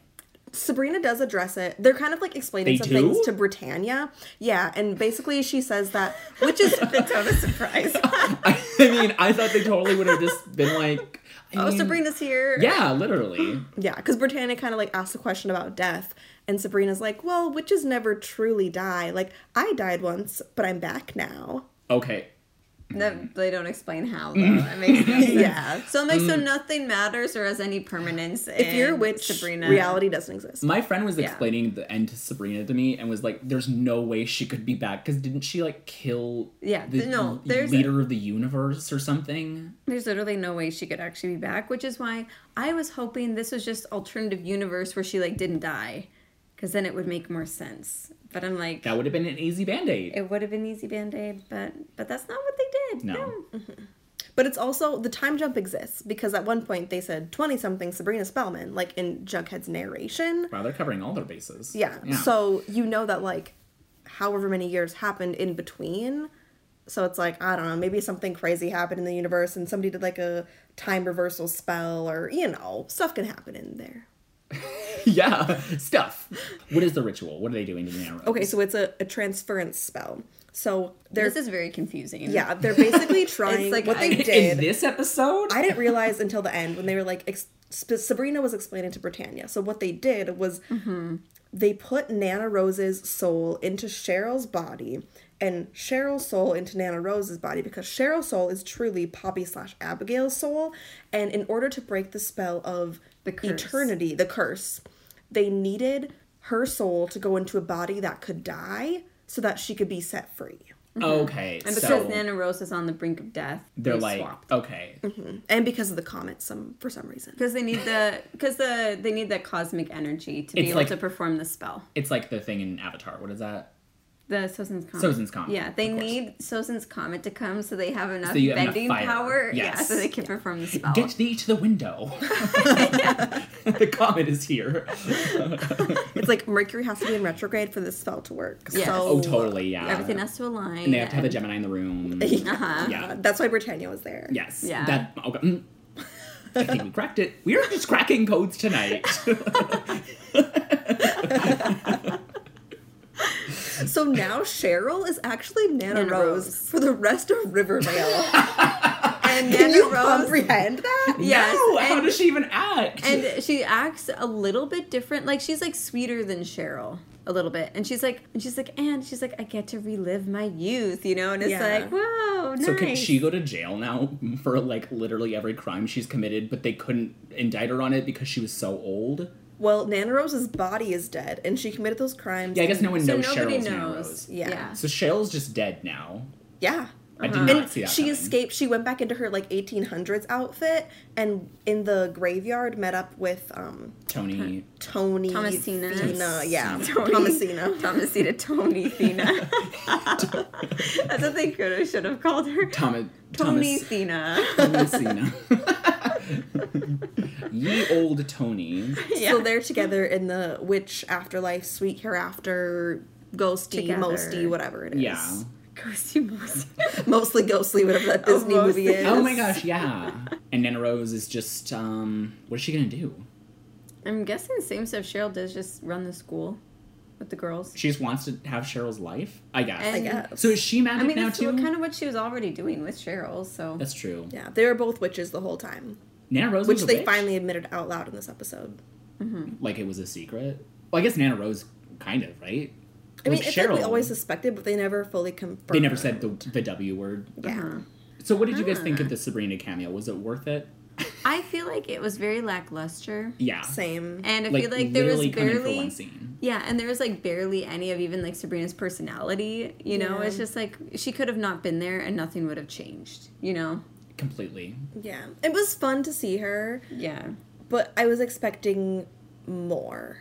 S1: Sabrina does address it. They're kind of like explaining
S2: They
S1: some
S2: do?
S1: things to Britannia. Yeah, and basically she says that which is
S3: That's kind of a surprise.
S2: I mean, I thought they totally would have just been like, I
S3: Oh,
S2: mean,
S3: Sabrina's here.
S2: Yeah, literally.
S1: Yeah, because Britannia kind of like asks a question about death, and Sabrina's like, "Well, witches never truly die. Like I died once, but I'm back now."
S2: Okay.
S3: No, they don't explain how. Though.
S2: Mm.
S3: It makes no sense.
S1: Yeah.
S3: So I'm like, so nothing matters or has any permanence.
S1: If you're a witch,
S3: Sabrina,
S1: reality doesn't exist.
S2: My friend was explaining the end to Sabrina to me and was like, "There's no way she could be back because didn't she like kill
S3: Yeah,
S2: the
S3: no, there's-
S2: leader of the universe or something?"
S3: there's literally no way she could actually be back. Which is why I was hoping this was just alternative universe where she like didn't die, because then it would make more sense. But I'm like,
S2: That would have been an easy band aid.
S3: it would have been easy band aid, but but that's not what they did.
S2: No.
S1: But it's also the time jump exists because at one point they said twenty something Sabrina Spellman, like in Jughead's narration.
S2: Wow, they're covering all their bases.
S1: Yeah. So you know that like, however many years happened in between. So it's like I don't know, maybe something crazy happened in the universe, and somebody did like a time reversal spell, or you know, stuff can happen in there.
S2: yeah, stuff. What is the ritual? What are they doing to the Nana Rose?
S1: Okay, so it's a, a transference spell. So there's
S3: this is very confusing.
S1: yeah, they're basically trying
S3: like
S1: what they
S3: I-
S1: did.
S2: in this episode.
S1: I didn't realize until the end when they were like ex- Sp- Sabrina was explaining to Britannia. So what they did was
S3: Mm-hmm.
S1: they put Nana Rose's soul into Cheryl's body and Cheryl's soul into Nana Rose's body because Cheryl's soul is truly Poppy slash Abigail's soul. And in order to break the spell of
S3: The curse.
S1: eternity, the curse, they needed her soul to go into a body that could die so that she could be set free.
S2: okay,
S3: And because
S2: so
S3: Nana Rose is on the brink of death,
S2: they're
S3: they
S2: like,
S3: swapped. Mm-hmm.
S2: okay,
S1: And because of the comet some for some reason.
S3: Because they need the because the they need that cosmic energy to be
S2: It's
S3: able
S2: like-
S3: to perform the spell.
S2: it's like the thing in Avatar. What is that?
S3: The Sozin's comet.
S2: Sozin's Comet,
S3: Yeah, they
S2: of course.
S3: need Sozin's comet to come so they have enough
S2: So you have enough
S3: bending
S2: fire.
S3: power. Yeah,
S2: Yes.
S3: so they can perform the spell.
S2: Get thee to the window. the comet is here.
S1: It's like Mercury has to be in retrograde for this spell to work.
S3: Yes.
S1: So,
S2: Oh, totally. Yeah.
S3: Everything has to align.
S2: And they have to have a Gemini in the room.
S3: Uh-huh.
S1: Uh,
S2: yeah.
S1: that's why Britannia was there.
S2: Yes.
S3: Yeah.
S2: That. Okay. mm. I think we cracked it. We are just cracking codes tonight.
S1: So, So now Cheryl is actually Nana,
S3: Nana
S1: Rose,
S3: Rose.
S1: for the rest of Riverdale.
S3: And
S1: Can
S3: Nana
S1: you
S3: Rose.
S1: comprehend that?
S3: Yes.
S2: No, how
S3: and-
S2: does she even act?
S3: and she acts a little bit different. Like she's like sweeter than Cheryl a little bit, and she's like, and she's like, and she's like, I get to relive my youth, you know. And it's
S1: Yeah.
S3: like, whoa, nice.
S2: so can she go to jail now for like literally every crime she's committed, but they couldn't indict her on it because she was so old?
S1: Well, Nana Rose's body is dead, and she committed those crimes.
S2: Yeah, I guess no one
S3: So
S2: knows
S3: nobody
S2: Cheryl's Nana
S3: knows.
S2: Rose.
S1: Yeah.
S2: So Cheryl's just dead now.
S1: Yeah.
S2: I did
S3: Uh-huh.
S2: not
S1: And
S2: see that.
S1: she
S2: coming.
S1: escaped. She went back into her like 1800s outfit, and in the graveyard met up with um,
S2: Tony.
S1: Tony
S3: Thomasina.
S1: Fina- yeah,
S3: Tony.
S1: Thomasina.
S3: Thomasina Tony Thina. That's what they could have should have called her.
S2: Thomas.
S3: Tony
S2: Thomas.
S3: Thina.
S2: Thomasina. Ye old Tony.
S3: Yeah.
S1: So they're together in the witch afterlife, sweet hereafter, ghosty,
S3: Together.
S1: mosty, whatever it is.
S2: Yeah.
S3: Ghosty Mossy.
S1: Mostly ghostly, whatever that Disney movie
S3: mostly.
S1: is.
S2: Oh my gosh, yeah. And Nana Rose is just um what is she gonna do?
S3: I'm guessing the same stuff Cheryl does, just run the school with the girls.
S2: She just wants to have Cheryl's life, I guess.
S1: I
S3: And-
S1: guess.
S2: so is she
S3: I
S2: magic
S3: mean,
S2: now
S3: that's
S2: too?
S3: what, kind of what she was already doing with Cheryl, so.
S2: That's true.
S1: yeah, they were both witches the whole time,
S2: Nana Rose,
S1: which
S2: was a
S1: they
S2: Oh, witch?
S1: finally admitted out loud in this episode.
S2: like it was a secret. Well, I guess Nana Rose, kind of right.
S1: I mean,
S2: With
S1: it's like we always suspected, but they never fully confirmed.
S2: they never said the the W word.
S1: Yeah.
S3: Uh-huh.
S2: So what did you guys think
S3: Ah.
S2: of the Sabrina cameo? Was it worth it?
S3: I feel like it was very lackluster.
S2: Yeah,
S1: Same.
S3: And I
S2: like,
S3: feel like there was
S2: literally come in for
S3: barely.
S2: one scene.
S3: Yeah, and there was like barely any of even like Sabrina's personality, you know?
S1: Yeah.
S3: It's just like she could have not been there and nothing would have changed, you know?
S2: completely.
S1: yeah. It was fun to see her,
S3: Yeah.
S1: but I was expecting more.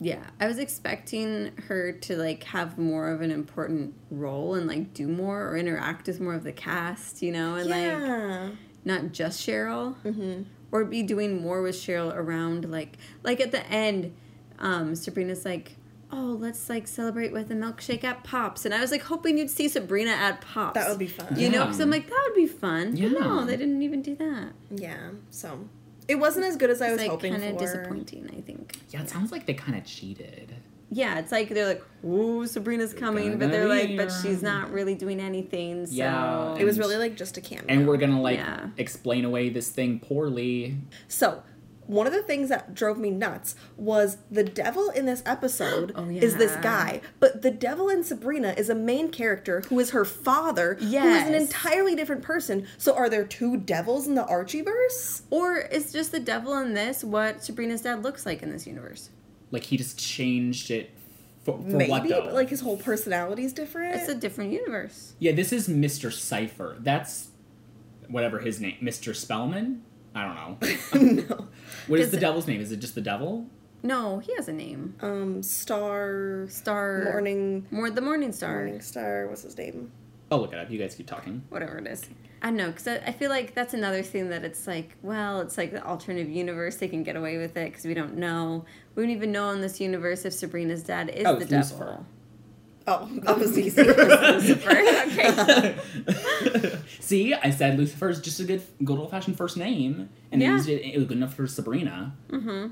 S3: Yeah. I was expecting her to like have more of an important role and like do more or interact with more of the cast, you know? And like
S1: yeah. Mm-hmm.
S3: not just Cheryl. Or be doing more with Cheryl around like like at the end, um, Sabrina's like Oh, let's like celebrate with a milkshake at Pops, and I was like hoping you'd see Sabrina at Pops.
S1: that would be fun.
S3: You know,
S2: Yeah.
S3: because I'm like, that would be fun. But
S2: Yeah.
S3: No, they didn't even do that.
S1: yeah. So it wasn't as good as I was
S3: It's like
S1: hoping
S3: kind
S1: for.
S3: of disappointing, I think.
S2: Yeah, it sounds like they kind of cheated.
S3: Yeah, it's like they're like, ooh, Sabrina's coming,
S2: gonna
S3: but they're
S2: be
S3: like, but
S2: here.
S3: she's not really doing anything. So.
S2: Yeah.
S1: It was really like just a cameo.
S2: And we're gonna like
S3: Yeah.
S2: explain away this thing poorly.
S1: So, one of the things that drove me nuts was the devil in this episode
S3: Oh,
S1: is this
S3: yeah.
S1: guy, but the devil in Sabrina is a main character who is her father, who is an
S3: Yes.
S1: entirely different person. So, are there two devils in the Archieverse?
S3: Or is just the devil in this what Sabrina's dad looks like in this universe?
S2: Like he just changed it for, for
S1: Maybe,
S2: what though?
S1: but like his whole personality is different.
S3: It's a different universe.
S2: yeah, this is Mr. Cipher. That's whatever his name, Mr. Spellman. I don't know.
S1: no.
S2: What is
S3: Does
S2: the
S3: it-
S2: devil's name? Is it just the devil?
S3: No, he has a name.
S1: Um, Star
S3: Star.
S1: Morning
S3: More the Morning Star.
S1: Morning Star. What's his name?
S2: I'll Oh, look it up. You guys keep talking.
S3: whatever it is. I know, because I, I feel like that's another thing that it's like, well, it's like the alternative universe. They can get away with it because we don't know. We don't even know in this universe if Sabrina's dad is
S2: Oh,
S3: the
S2: it's
S3: devil.
S1: Oh, that was easy.
S3: Lucifer. Okay.
S2: See, I said Lucifer is just a good, good old fashioned first name, and
S3: Yeah.
S2: they used it, it was good enough for Sabrina.
S3: Mm-hmm.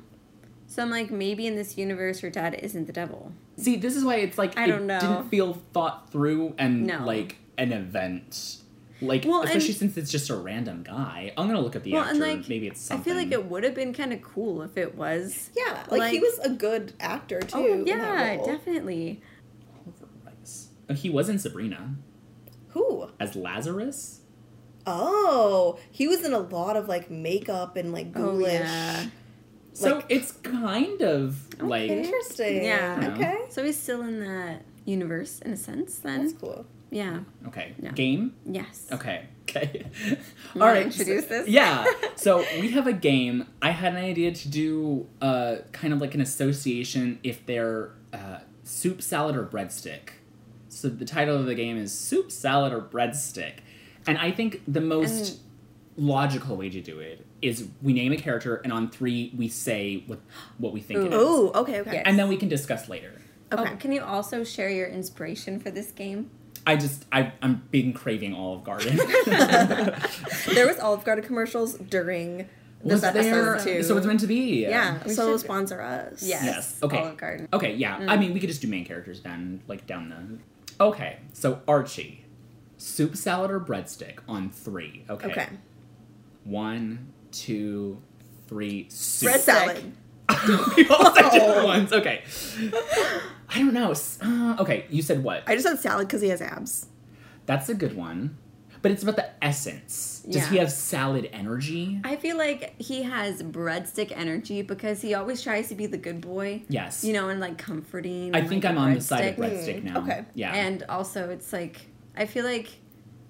S3: So I'm like, maybe in this universe, her dad isn't the devil.
S2: See, this is why it's like
S3: I
S2: it
S3: don't know.
S2: Didn't feel thought through and
S3: No.
S2: like an event. Like
S3: Well, and-
S2: especially since it's just a random guy. I'm gonna look at the
S3: Well,
S2: actor.
S3: and like,
S2: Maybe it's
S3: I
S2: something.
S3: feel like it would have been kind of cool if it was.
S1: yeah, like, he
S3: Like-
S1: was a good actor too.
S3: Oh,
S1: in that
S3: yeah,
S1: role.
S3: definitely.
S2: Oliver Rice. Oh, He was in Sabrina
S1: Who?
S2: as Lazarus.
S1: Oh, he was in a lot of like makeup and like
S3: Oh,
S1: ghoulish.
S3: yeah.
S2: So
S1: Like-
S2: it's kind of like
S1: Interesting.
S3: Yeah.
S1: Okay.
S3: So he's still in that universe in a sense, then?
S1: That's cool.
S3: Yeah.
S2: okay
S3: Yeah.
S2: game.
S3: Yes.
S2: Okay. Okay.
S3: You
S2: All
S3: wanna
S2: right.
S3: introduce
S2: so-
S3: this?
S2: Yeah. So we have a game. I had an idea to do uh, kind of like an association if they're uh, soup, salad, or breadstick. So the title of the game is soup, salad, or breadstick, and I think the most logical way to do it is we name a character, and on three we say what what we think it is,
S1: Oh, okay, okay.
S3: Yeah.
S2: and then we can discuss later.
S1: Okay.
S3: Oh, can you also share your inspiration for this game?
S2: I just I I'm been craving Olive Garden.
S1: There was Olive Garden commercials during this
S2: was there.
S1: episode too.
S2: So it's meant to be.
S1: yeah.
S3: We
S1: So
S3: should-
S1: sponsor us.
S3: Yes.
S2: Yes, okay.
S3: Olive Garden.
S2: Okay, yeah.
S1: Mm.
S2: I mean, we could just do main characters down, like, down the. Okay, so Archie. Soup, salad, or breadstick on three. Okay.
S1: Okay.
S2: One, two, three, soup.
S1: Bread salad. Oh.
S2: we all said different ones. Okay. I don't know. S- Uh, okay, you said what?
S1: I just said salad because he has abs.
S2: That's a good one. But it's about the essence. Does
S3: Yeah.
S2: he have salad energy?
S3: I feel like he has breadstick energy because he always tries to be the good boy.
S2: Yes.
S3: You know, and like comforting.
S2: I
S3: and,
S2: think
S3: like,
S2: I'm
S3: a
S2: on the side of
S3: breadstick.
S2: breadstick
S1: Mm,
S2: now.
S1: okay.
S2: Yeah.
S3: And also, it's like I feel like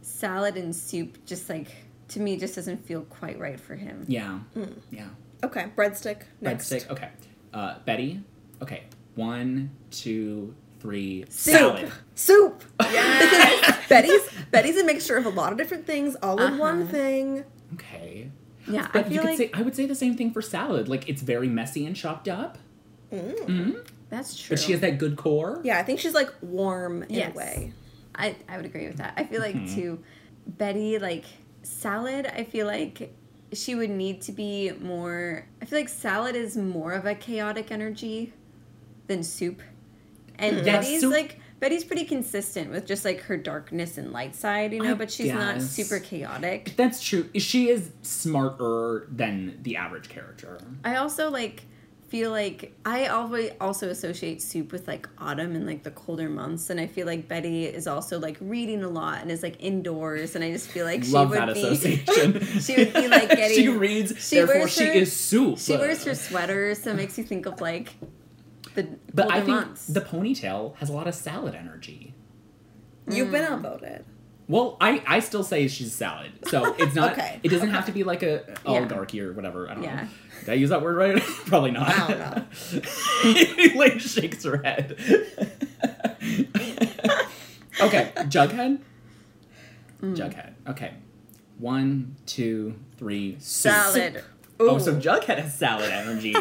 S3: salad and soup just like to me just doesn't feel quite right for him.
S2: yeah.
S3: Mm,
S2: Yeah.
S1: Okay. Breadstick. Next.
S2: Breadstick. Okay. Uh, Betty. Okay. One, two, three. Salad.
S1: Soup. Because Betty's Betty's a mixture of a lot of different things, all in one
S3: Uh-huh.
S1: thing.
S2: Okay.
S3: Yeah, I
S2: But you
S3: feel
S2: could
S3: like
S2: say I would say the same thing for salad. Like it's very messy and chopped up,
S1: Mm,
S2: Mm-hmm.
S3: that's true.
S2: but she has that good core.
S1: Yeah, I think she's like warm in
S3: Yes.
S1: a way.
S3: I, I would agree with that. I feel like
S2: Mm-hmm.
S3: too, Betty like salad. I feel like she would need to be more. I feel like salad is more of a chaotic energy than soup, and
S2: Yeah,
S3: Betty's
S2: soup-
S3: like Betty's pretty consistent with just like her darkness and light side, you know.
S2: I
S3: but she's not
S2: guess.
S3: super chaotic.
S2: That's true. She is smarter than the average character.
S3: I also like feel like I always also associate soup with like autumn and like the colder months, and I feel like Betty is also like reading a lot and is like indoors, and I just feel like she
S2: Love
S3: would
S2: that
S3: be.
S2: association.
S3: she would be, like,
S2: she
S3: getting-
S2: reads.
S3: she
S2: therefore,
S3: wears
S2: she
S3: her-
S2: is soup.
S3: She wears her sweater, so it makes you think of like the
S2: But
S3: colder
S2: I think
S3: months.
S2: the ponytail has a lot of salad energy.
S1: You've been outvoted.
S2: Well, I, I still say she's salad, so it's not.
S1: Okay.
S2: It doesn't have to be like a
S3: Yeah.
S2: oligarchy or whatever. I don't know.
S3: Yeah.
S2: Did I use that word right? Probably not.
S1: I don't know.
S2: Elaine shakes her head. okay, Jughead. Jughead. Okay, one, two, three. soup.
S3: salad.
S2: Oh, so Jughead has salad energy.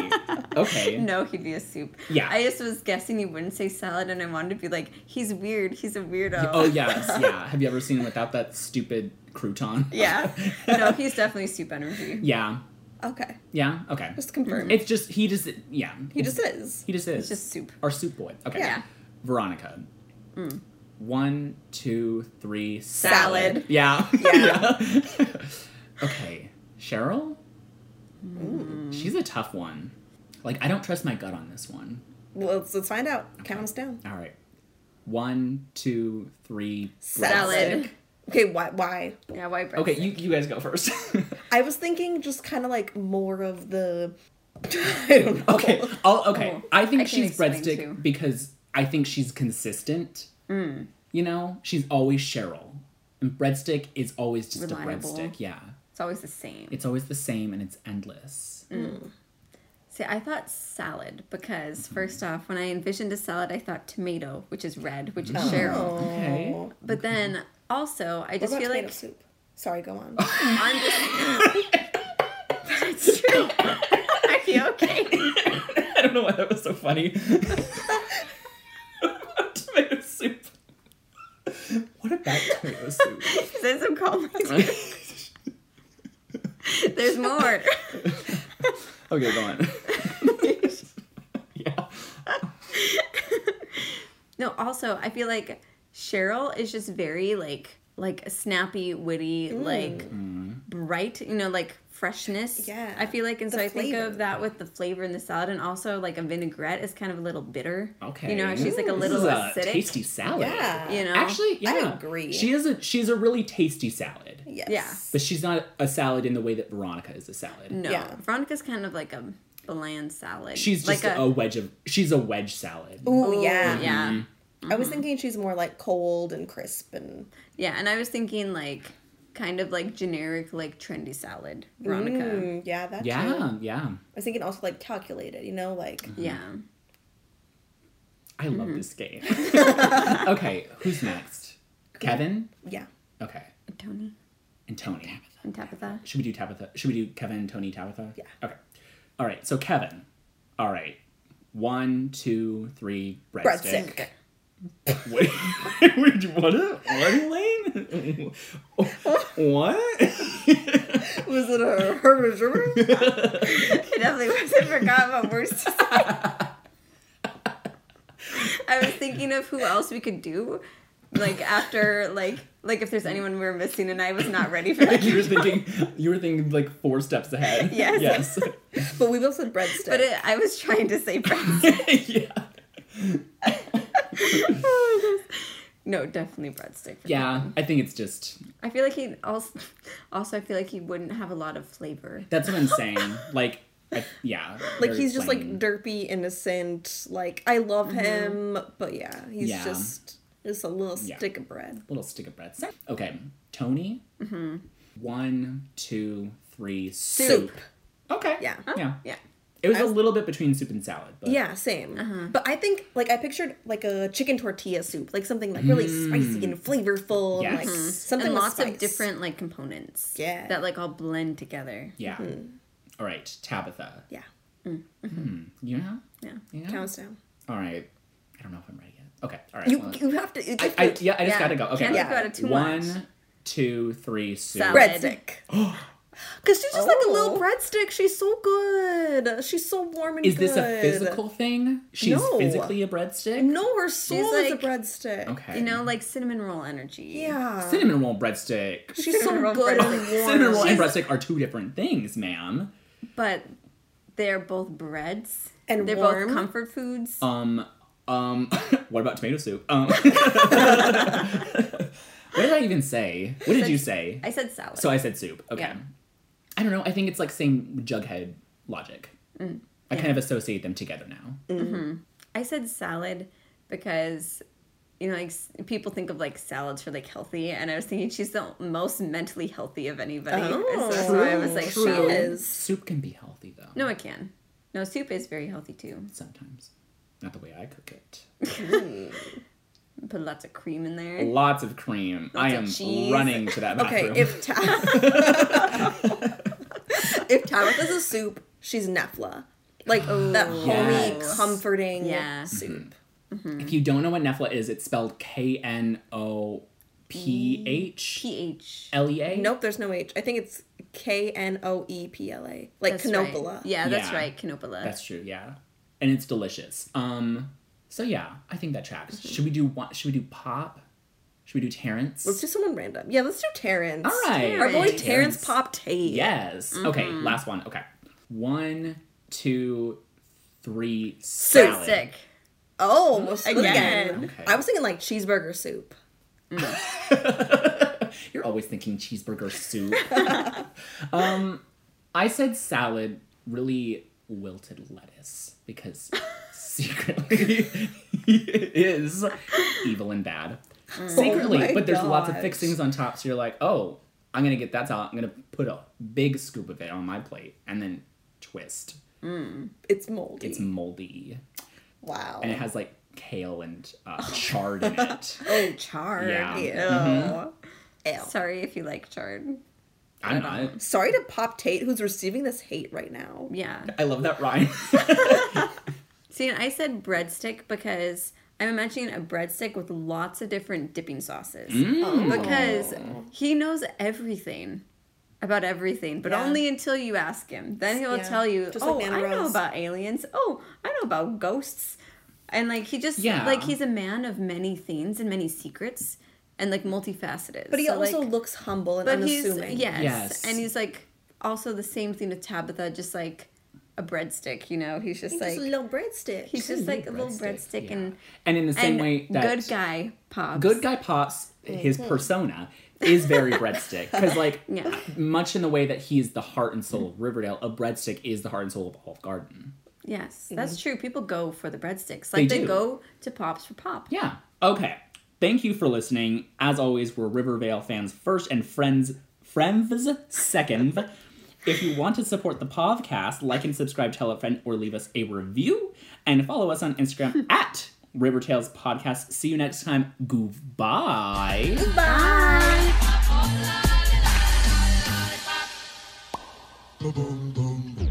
S2: okay.
S3: No, he'd be a soup.
S2: Yeah.
S3: I just was guessing you wouldn't say salad, and I wanted to be like, he's weird. He's a weirdo.
S2: Oh yes, yeah. Have you ever seen him without that stupid crouton?
S3: yeah. No, he's definitely soup energy.
S2: Yeah.
S1: Okay.
S2: Yeah. Okay.
S1: Just confirm.
S2: It's just he just yeah.
S1: he just is.
S2: He just is.
S3: It's just soup.
S2: Our soup boy. Okay.
S1: Yeah.
S2: Veronica. One, two, three.
S1: Salad.
S2: Yeah.
S1: Yeah.
S2: okay. Cheryl. She's a tough one. Like I don't trust my gut on this one.
S1: Well, let's, let's find out. Count us down.
S2: All right. One, two, three.
S3: Salad.
S1: Okay, why? Why?
S3: Yeah, white bread.
S2: Okay, you, you guys go first.
S1: I was thinking just kind of like more of the. I don't know.
S2: okay. I'll, okay.
S3: Oh,
S2: I
S3: I
S2: think
S3: can
S2: she's
S3: explain
S2: breadstick
S3: too. Mm.
S2: because I think she's consistent. You know, she's always Cheryl, and breadstick is always just
S3: Reliable.
S2: a breadstick. Yeah,
S3: It's always the same.
S2: it's always the same and it's endless.
S3: Mm. See, I thought salad
S2: Mm-hmm.
S3: because first off, when I envisioned a salad, I thought tomato, which is red, which is
S2: Oh.
S3: Cheryl.
S2: Okay.
S1: What
S3: But
S2: Mm-hmm.
S3: then also, I just
S1: about
S3: feel
S1: tomato
S3: like
S1: soup? Sorry, go on.
S3: I'm just. That's true. Are you okay?
S2: I don't know why that was so funny. tomato soup. What about tomato soup?
S3: Send some comments. There's more.
S2: okay, go on. yeah.
S3: No, also, I feel like Cheryl is just very like like snappy, witty,
S1: Mm.
S3: like
S2: Mm-hmm.
S3: bright, you know, like freshness.
S1: Yeah.
S3: I feel like and so
S1: The
S3: I think
S1: flavor.
S3: of that with the flavor in the salad and also like a vinaigrette is kind of a little bitter.
S2: Okay.
S3: You know, how she's like a
S2: Ooh,
S3: little
S2: this is
S3: acidic.
S2: A tasty salad.
S1: Yeah.
S3: You know?
S2: Actually, yeah.
S1: I agree.
S2: She is a she's a really tasty salad.
S1: Yes.
S2: But she's not a salad in the way that Veronica is a salad.
S3: No.
S1: Yeah.
S3: Veronica's kind of like a bland salad.
S2: She's just
S3: like
S2: a, Mm-hmm. wedge of she's a wedge salad.
S1: Ooh,
S3: Ooh,
S1: Oh, yeah.
S3: Yeah.
S1: I was thinking she's more like cold and crisp and
S3: Yeah, and I was thinking like kind of like generic like trendy salad. Veronica.
S1: Mm, yeah, that too. I
S2: Yeah, Mm. yeah.
S1: was thinking also like calculated, you know, like
S3: Yeah.
S2: I love this game. okay, who's next? Kevin?
S1: yeah.
S2: Okay.
S3: Tony
S2: And Tony.
S3: and Tabitha.
S2: Should we do Tabitha? Should we do Kevin, Tony, Tabitha?
S1: Yeah.
S2: Okay. All right. So Kevin. All right. One, two, three. Breadstick.
S1: Breadstick.
S2: Wait, wait, what? What, Elaine? what?
S1: Was it a hermit?
S3: It definitely was. I forgot what words to say. I was thinking of who else we could do, like after like like if there's anyone we're missing, and I was not ready for that.
S2: you were thinking you were thinking like four steps ahead.
S3: Yes.
S2: Yes.
S1: but we both said breadstick.
S3: But it, I was trying to say breadsticks.
S2: yeah.
S3: No, definitely breadstick. For
S2: Yeah. I think it's just
S3: I feel like he also also I feel like he wouldn't have a lot of flavor.
S2: that's what I'm saying. Like I, yeah.
S1: like
S2: very
S1: he's just
S2: plain.
S1: like derpy, innocent. Like I love
S3: Mm-hmm.
S1: him, but yeah, he's
S2: Yeah.
S1: just just a little
S2: Yeah.
S1: stick of bread.
S2: little stick of bread. Okay. Tony.
S1: Mm-hmm.
S2: One, two, three. Soup. Okay.
S1: Yeah.
S2: Yeah.
S3: Yeah.
S2: It was a little bit between soup and salad, but
S1: Yeah, same. But I think like I pictured like a chicken tortilla soup, like something like really spicy and flavorful, and, like
S2: Yes. Mhm.
S1: something
S3: and
S1: with
S3: lots of
S1: spice.
S3: different like components.
S1: Yeah.
S3: That like all blend together.
S2: yeah.
S1: Mm-hmm.
S2: All right, Tabitha.
S1: Yeah,
S2: You know?
S3: Yeah.
S2: You know?
S1: counts down.
S2: All right. I don't know if I'm ready yet. Okay. All right.
S1: You
S2: well-
S1: you have to. You
S2: I,
S1: have
S2: I,
S1: to-
S2: yeah, I just
S3: Yeah.
S2: gotta go. Okay.
S3: Can't
S1: Yeah.
S3: go to too
S2: One,
S3: much.
S2: two, three, soup.
S3: Salad.
S1: breadstick. Because she's just like a little
S3: Oh.
S1: breadstick. She's so good. She's so warm and
S2: Is
S1: good.
S2: this a physical thing? She's
S1: No.
S2: physically a breadstick?
S1: No, her soul is a
S3: like-
S1: breadstick.
S2: Okay.
S3: You know, like cinnamon roll energy.
S1: Yeah.
S2: cinnamon roll breadstick.
S1: She's so
S3: Cinnamon roll
S1: good
S3: breadstick.
S1: and
S2: Cinnamon
S1: warm.
S2: roll and breadstick are two different things, ma'am.
S3: But they're both breads.
S1: And
S3: they're
S1: warm.
S3: both comfort foods.
S2: Um, um, what about tomato soup? Um, what did I even say? What did you say?
S3: I said salad.
S2: So I said soup. Okay.
S3: Yeah.
S2: I don't know. I think it's like same jughead logic.
S3: Mm.
S2: I kind of associate them together now.
S3: I said salad because you know, like s- people think of like salads for like healthy, and I was thinking she's the most mentally healthy of anybody.
S1: Oh,
S3: so, so I was like,
S1: true.
S3: salad.
S1: is.
S2: Soup can be healthy though.
S3: No, it can. No, soup is very healthy too.
S2: Sometimes. Not the way I cook it.
S3: Put lots of cream in there.
S2: Lots of cream.
S3: Lots
S2: I
S3: of
S2: am
S3: cheese.
S2: running to that
S1: Okay,
S2: bathroom.
S1: if Ta- if Tabitha's a soup, she's Nephla. Like that homey,
S2: Yes.
S1: comforting
S3: Oh, Yeah. Mm-hmm.
S1: soup.
S2: If you don't know what Nefla is, it's spelled K N O P
S3: Mm,
S2: H
S3: pH.
S2: L E A.
S1: Nope, there's no H. I think it's K N O E P L A. Like
S3: That's
S1: canopola.
S3: Right. Yeah, that's
S2: Yeah.
S3: right. Canopola.
S2: That's true, yeah. And it's delicious. Um so yeah, I think that tracks. Should we do one should we do pop? Should we do Terrence?
S1: Let's do someone random. Yeah, let's do Terrence.
S2: All right.
S1: Our boy
S3: Terrence.
S1: Terrence Pop Tate.
S2: Yes. Okay, last one. Okay. One, two, three,
S1: Soup.
S2: salad.
S3: Sick.
S1: Oh, almost again.
S3: Again.
S2: Okay.
S1: I was thinking like cheeseburger soup.
S2: You're always thinking cheeseburger soup. um, I said salad, really wilted lettuce, because secretly it is evil and bad. Secretly,
S1: Oh my
S2: but there's lots of
S1: gosh.
S2: fixings on top, so you're like, oh, I'm gonna get that salad. I'm gonna put a big scoop of it on my plate and then twist.
S1: It's moldy.
S2: It's moldy.
S1: wow.
S2: And it has like kale and uh, chard in it.
S3: Oh, chard.
S2: Yeah. Mm-hmm.
S1: Ew. Ew.
S3: Sorry if you like chard.
S2: I don't know.
S1: Sorry to Pop Tate who's receiving this hate right now.
S3: Yeah.
S2: I love that rhyme.
S3: See, and I said breadstick because I'm imagining a breadstick with lots of different dipping sauces.
S2: Mm.
S3: Because
S1: Oh.
S3: he knows everything about everything, but
S1: Yeah.
S3: only until you ask him. Then he'll
S1: Yeah.
S3: tell you,
S1: Just like
S3: "Oh,
S1: Nana
S3: I know
S1: Rose."
S3: about aliens. Oh, I know about ghosts." And like he just
S2: Yeah.
S3: like he's a man of many things and many secrets and like multifaceted.
S1: But he
S3: So,
S1: also
S3: like,
S1: looks humble and
S3: but
S1: unassuming.
S3: he's yes,
S2: Yes.
S3: and he's like also the same thing with Tabitha, just like a breadstick. You know, he's just
S1: He's
S3: like
S1: just a little breadstick.
S3: He's just like a little breadstick
S2: yeah.
S3: and
S2: and in the same
S3: and
S2: way that
S3: good guy pops.
S2: good guy pops his persona is very breadstick because like
S3: Yeah.
S2: much in the way that he is the heart and soul of Riverdale, a breadstick is the heart and soul of Olive Garden.
S3: Yes, that's true. People go for the breadsticks. Like they,
S2: Mm-hmm. do.
S3: go to pops for pop.
S2: Yeah. Okay. Thank you for listening. As always, we're Rivervale fans first and friends friends second. if you want to support the podcast, like and subscribe, tell a friend, or leave us a review, and follow us on Instagram at Rivertales Podcast. See you next time. Goodbye.
S1: Bye.
S4: Boom, boom, boom.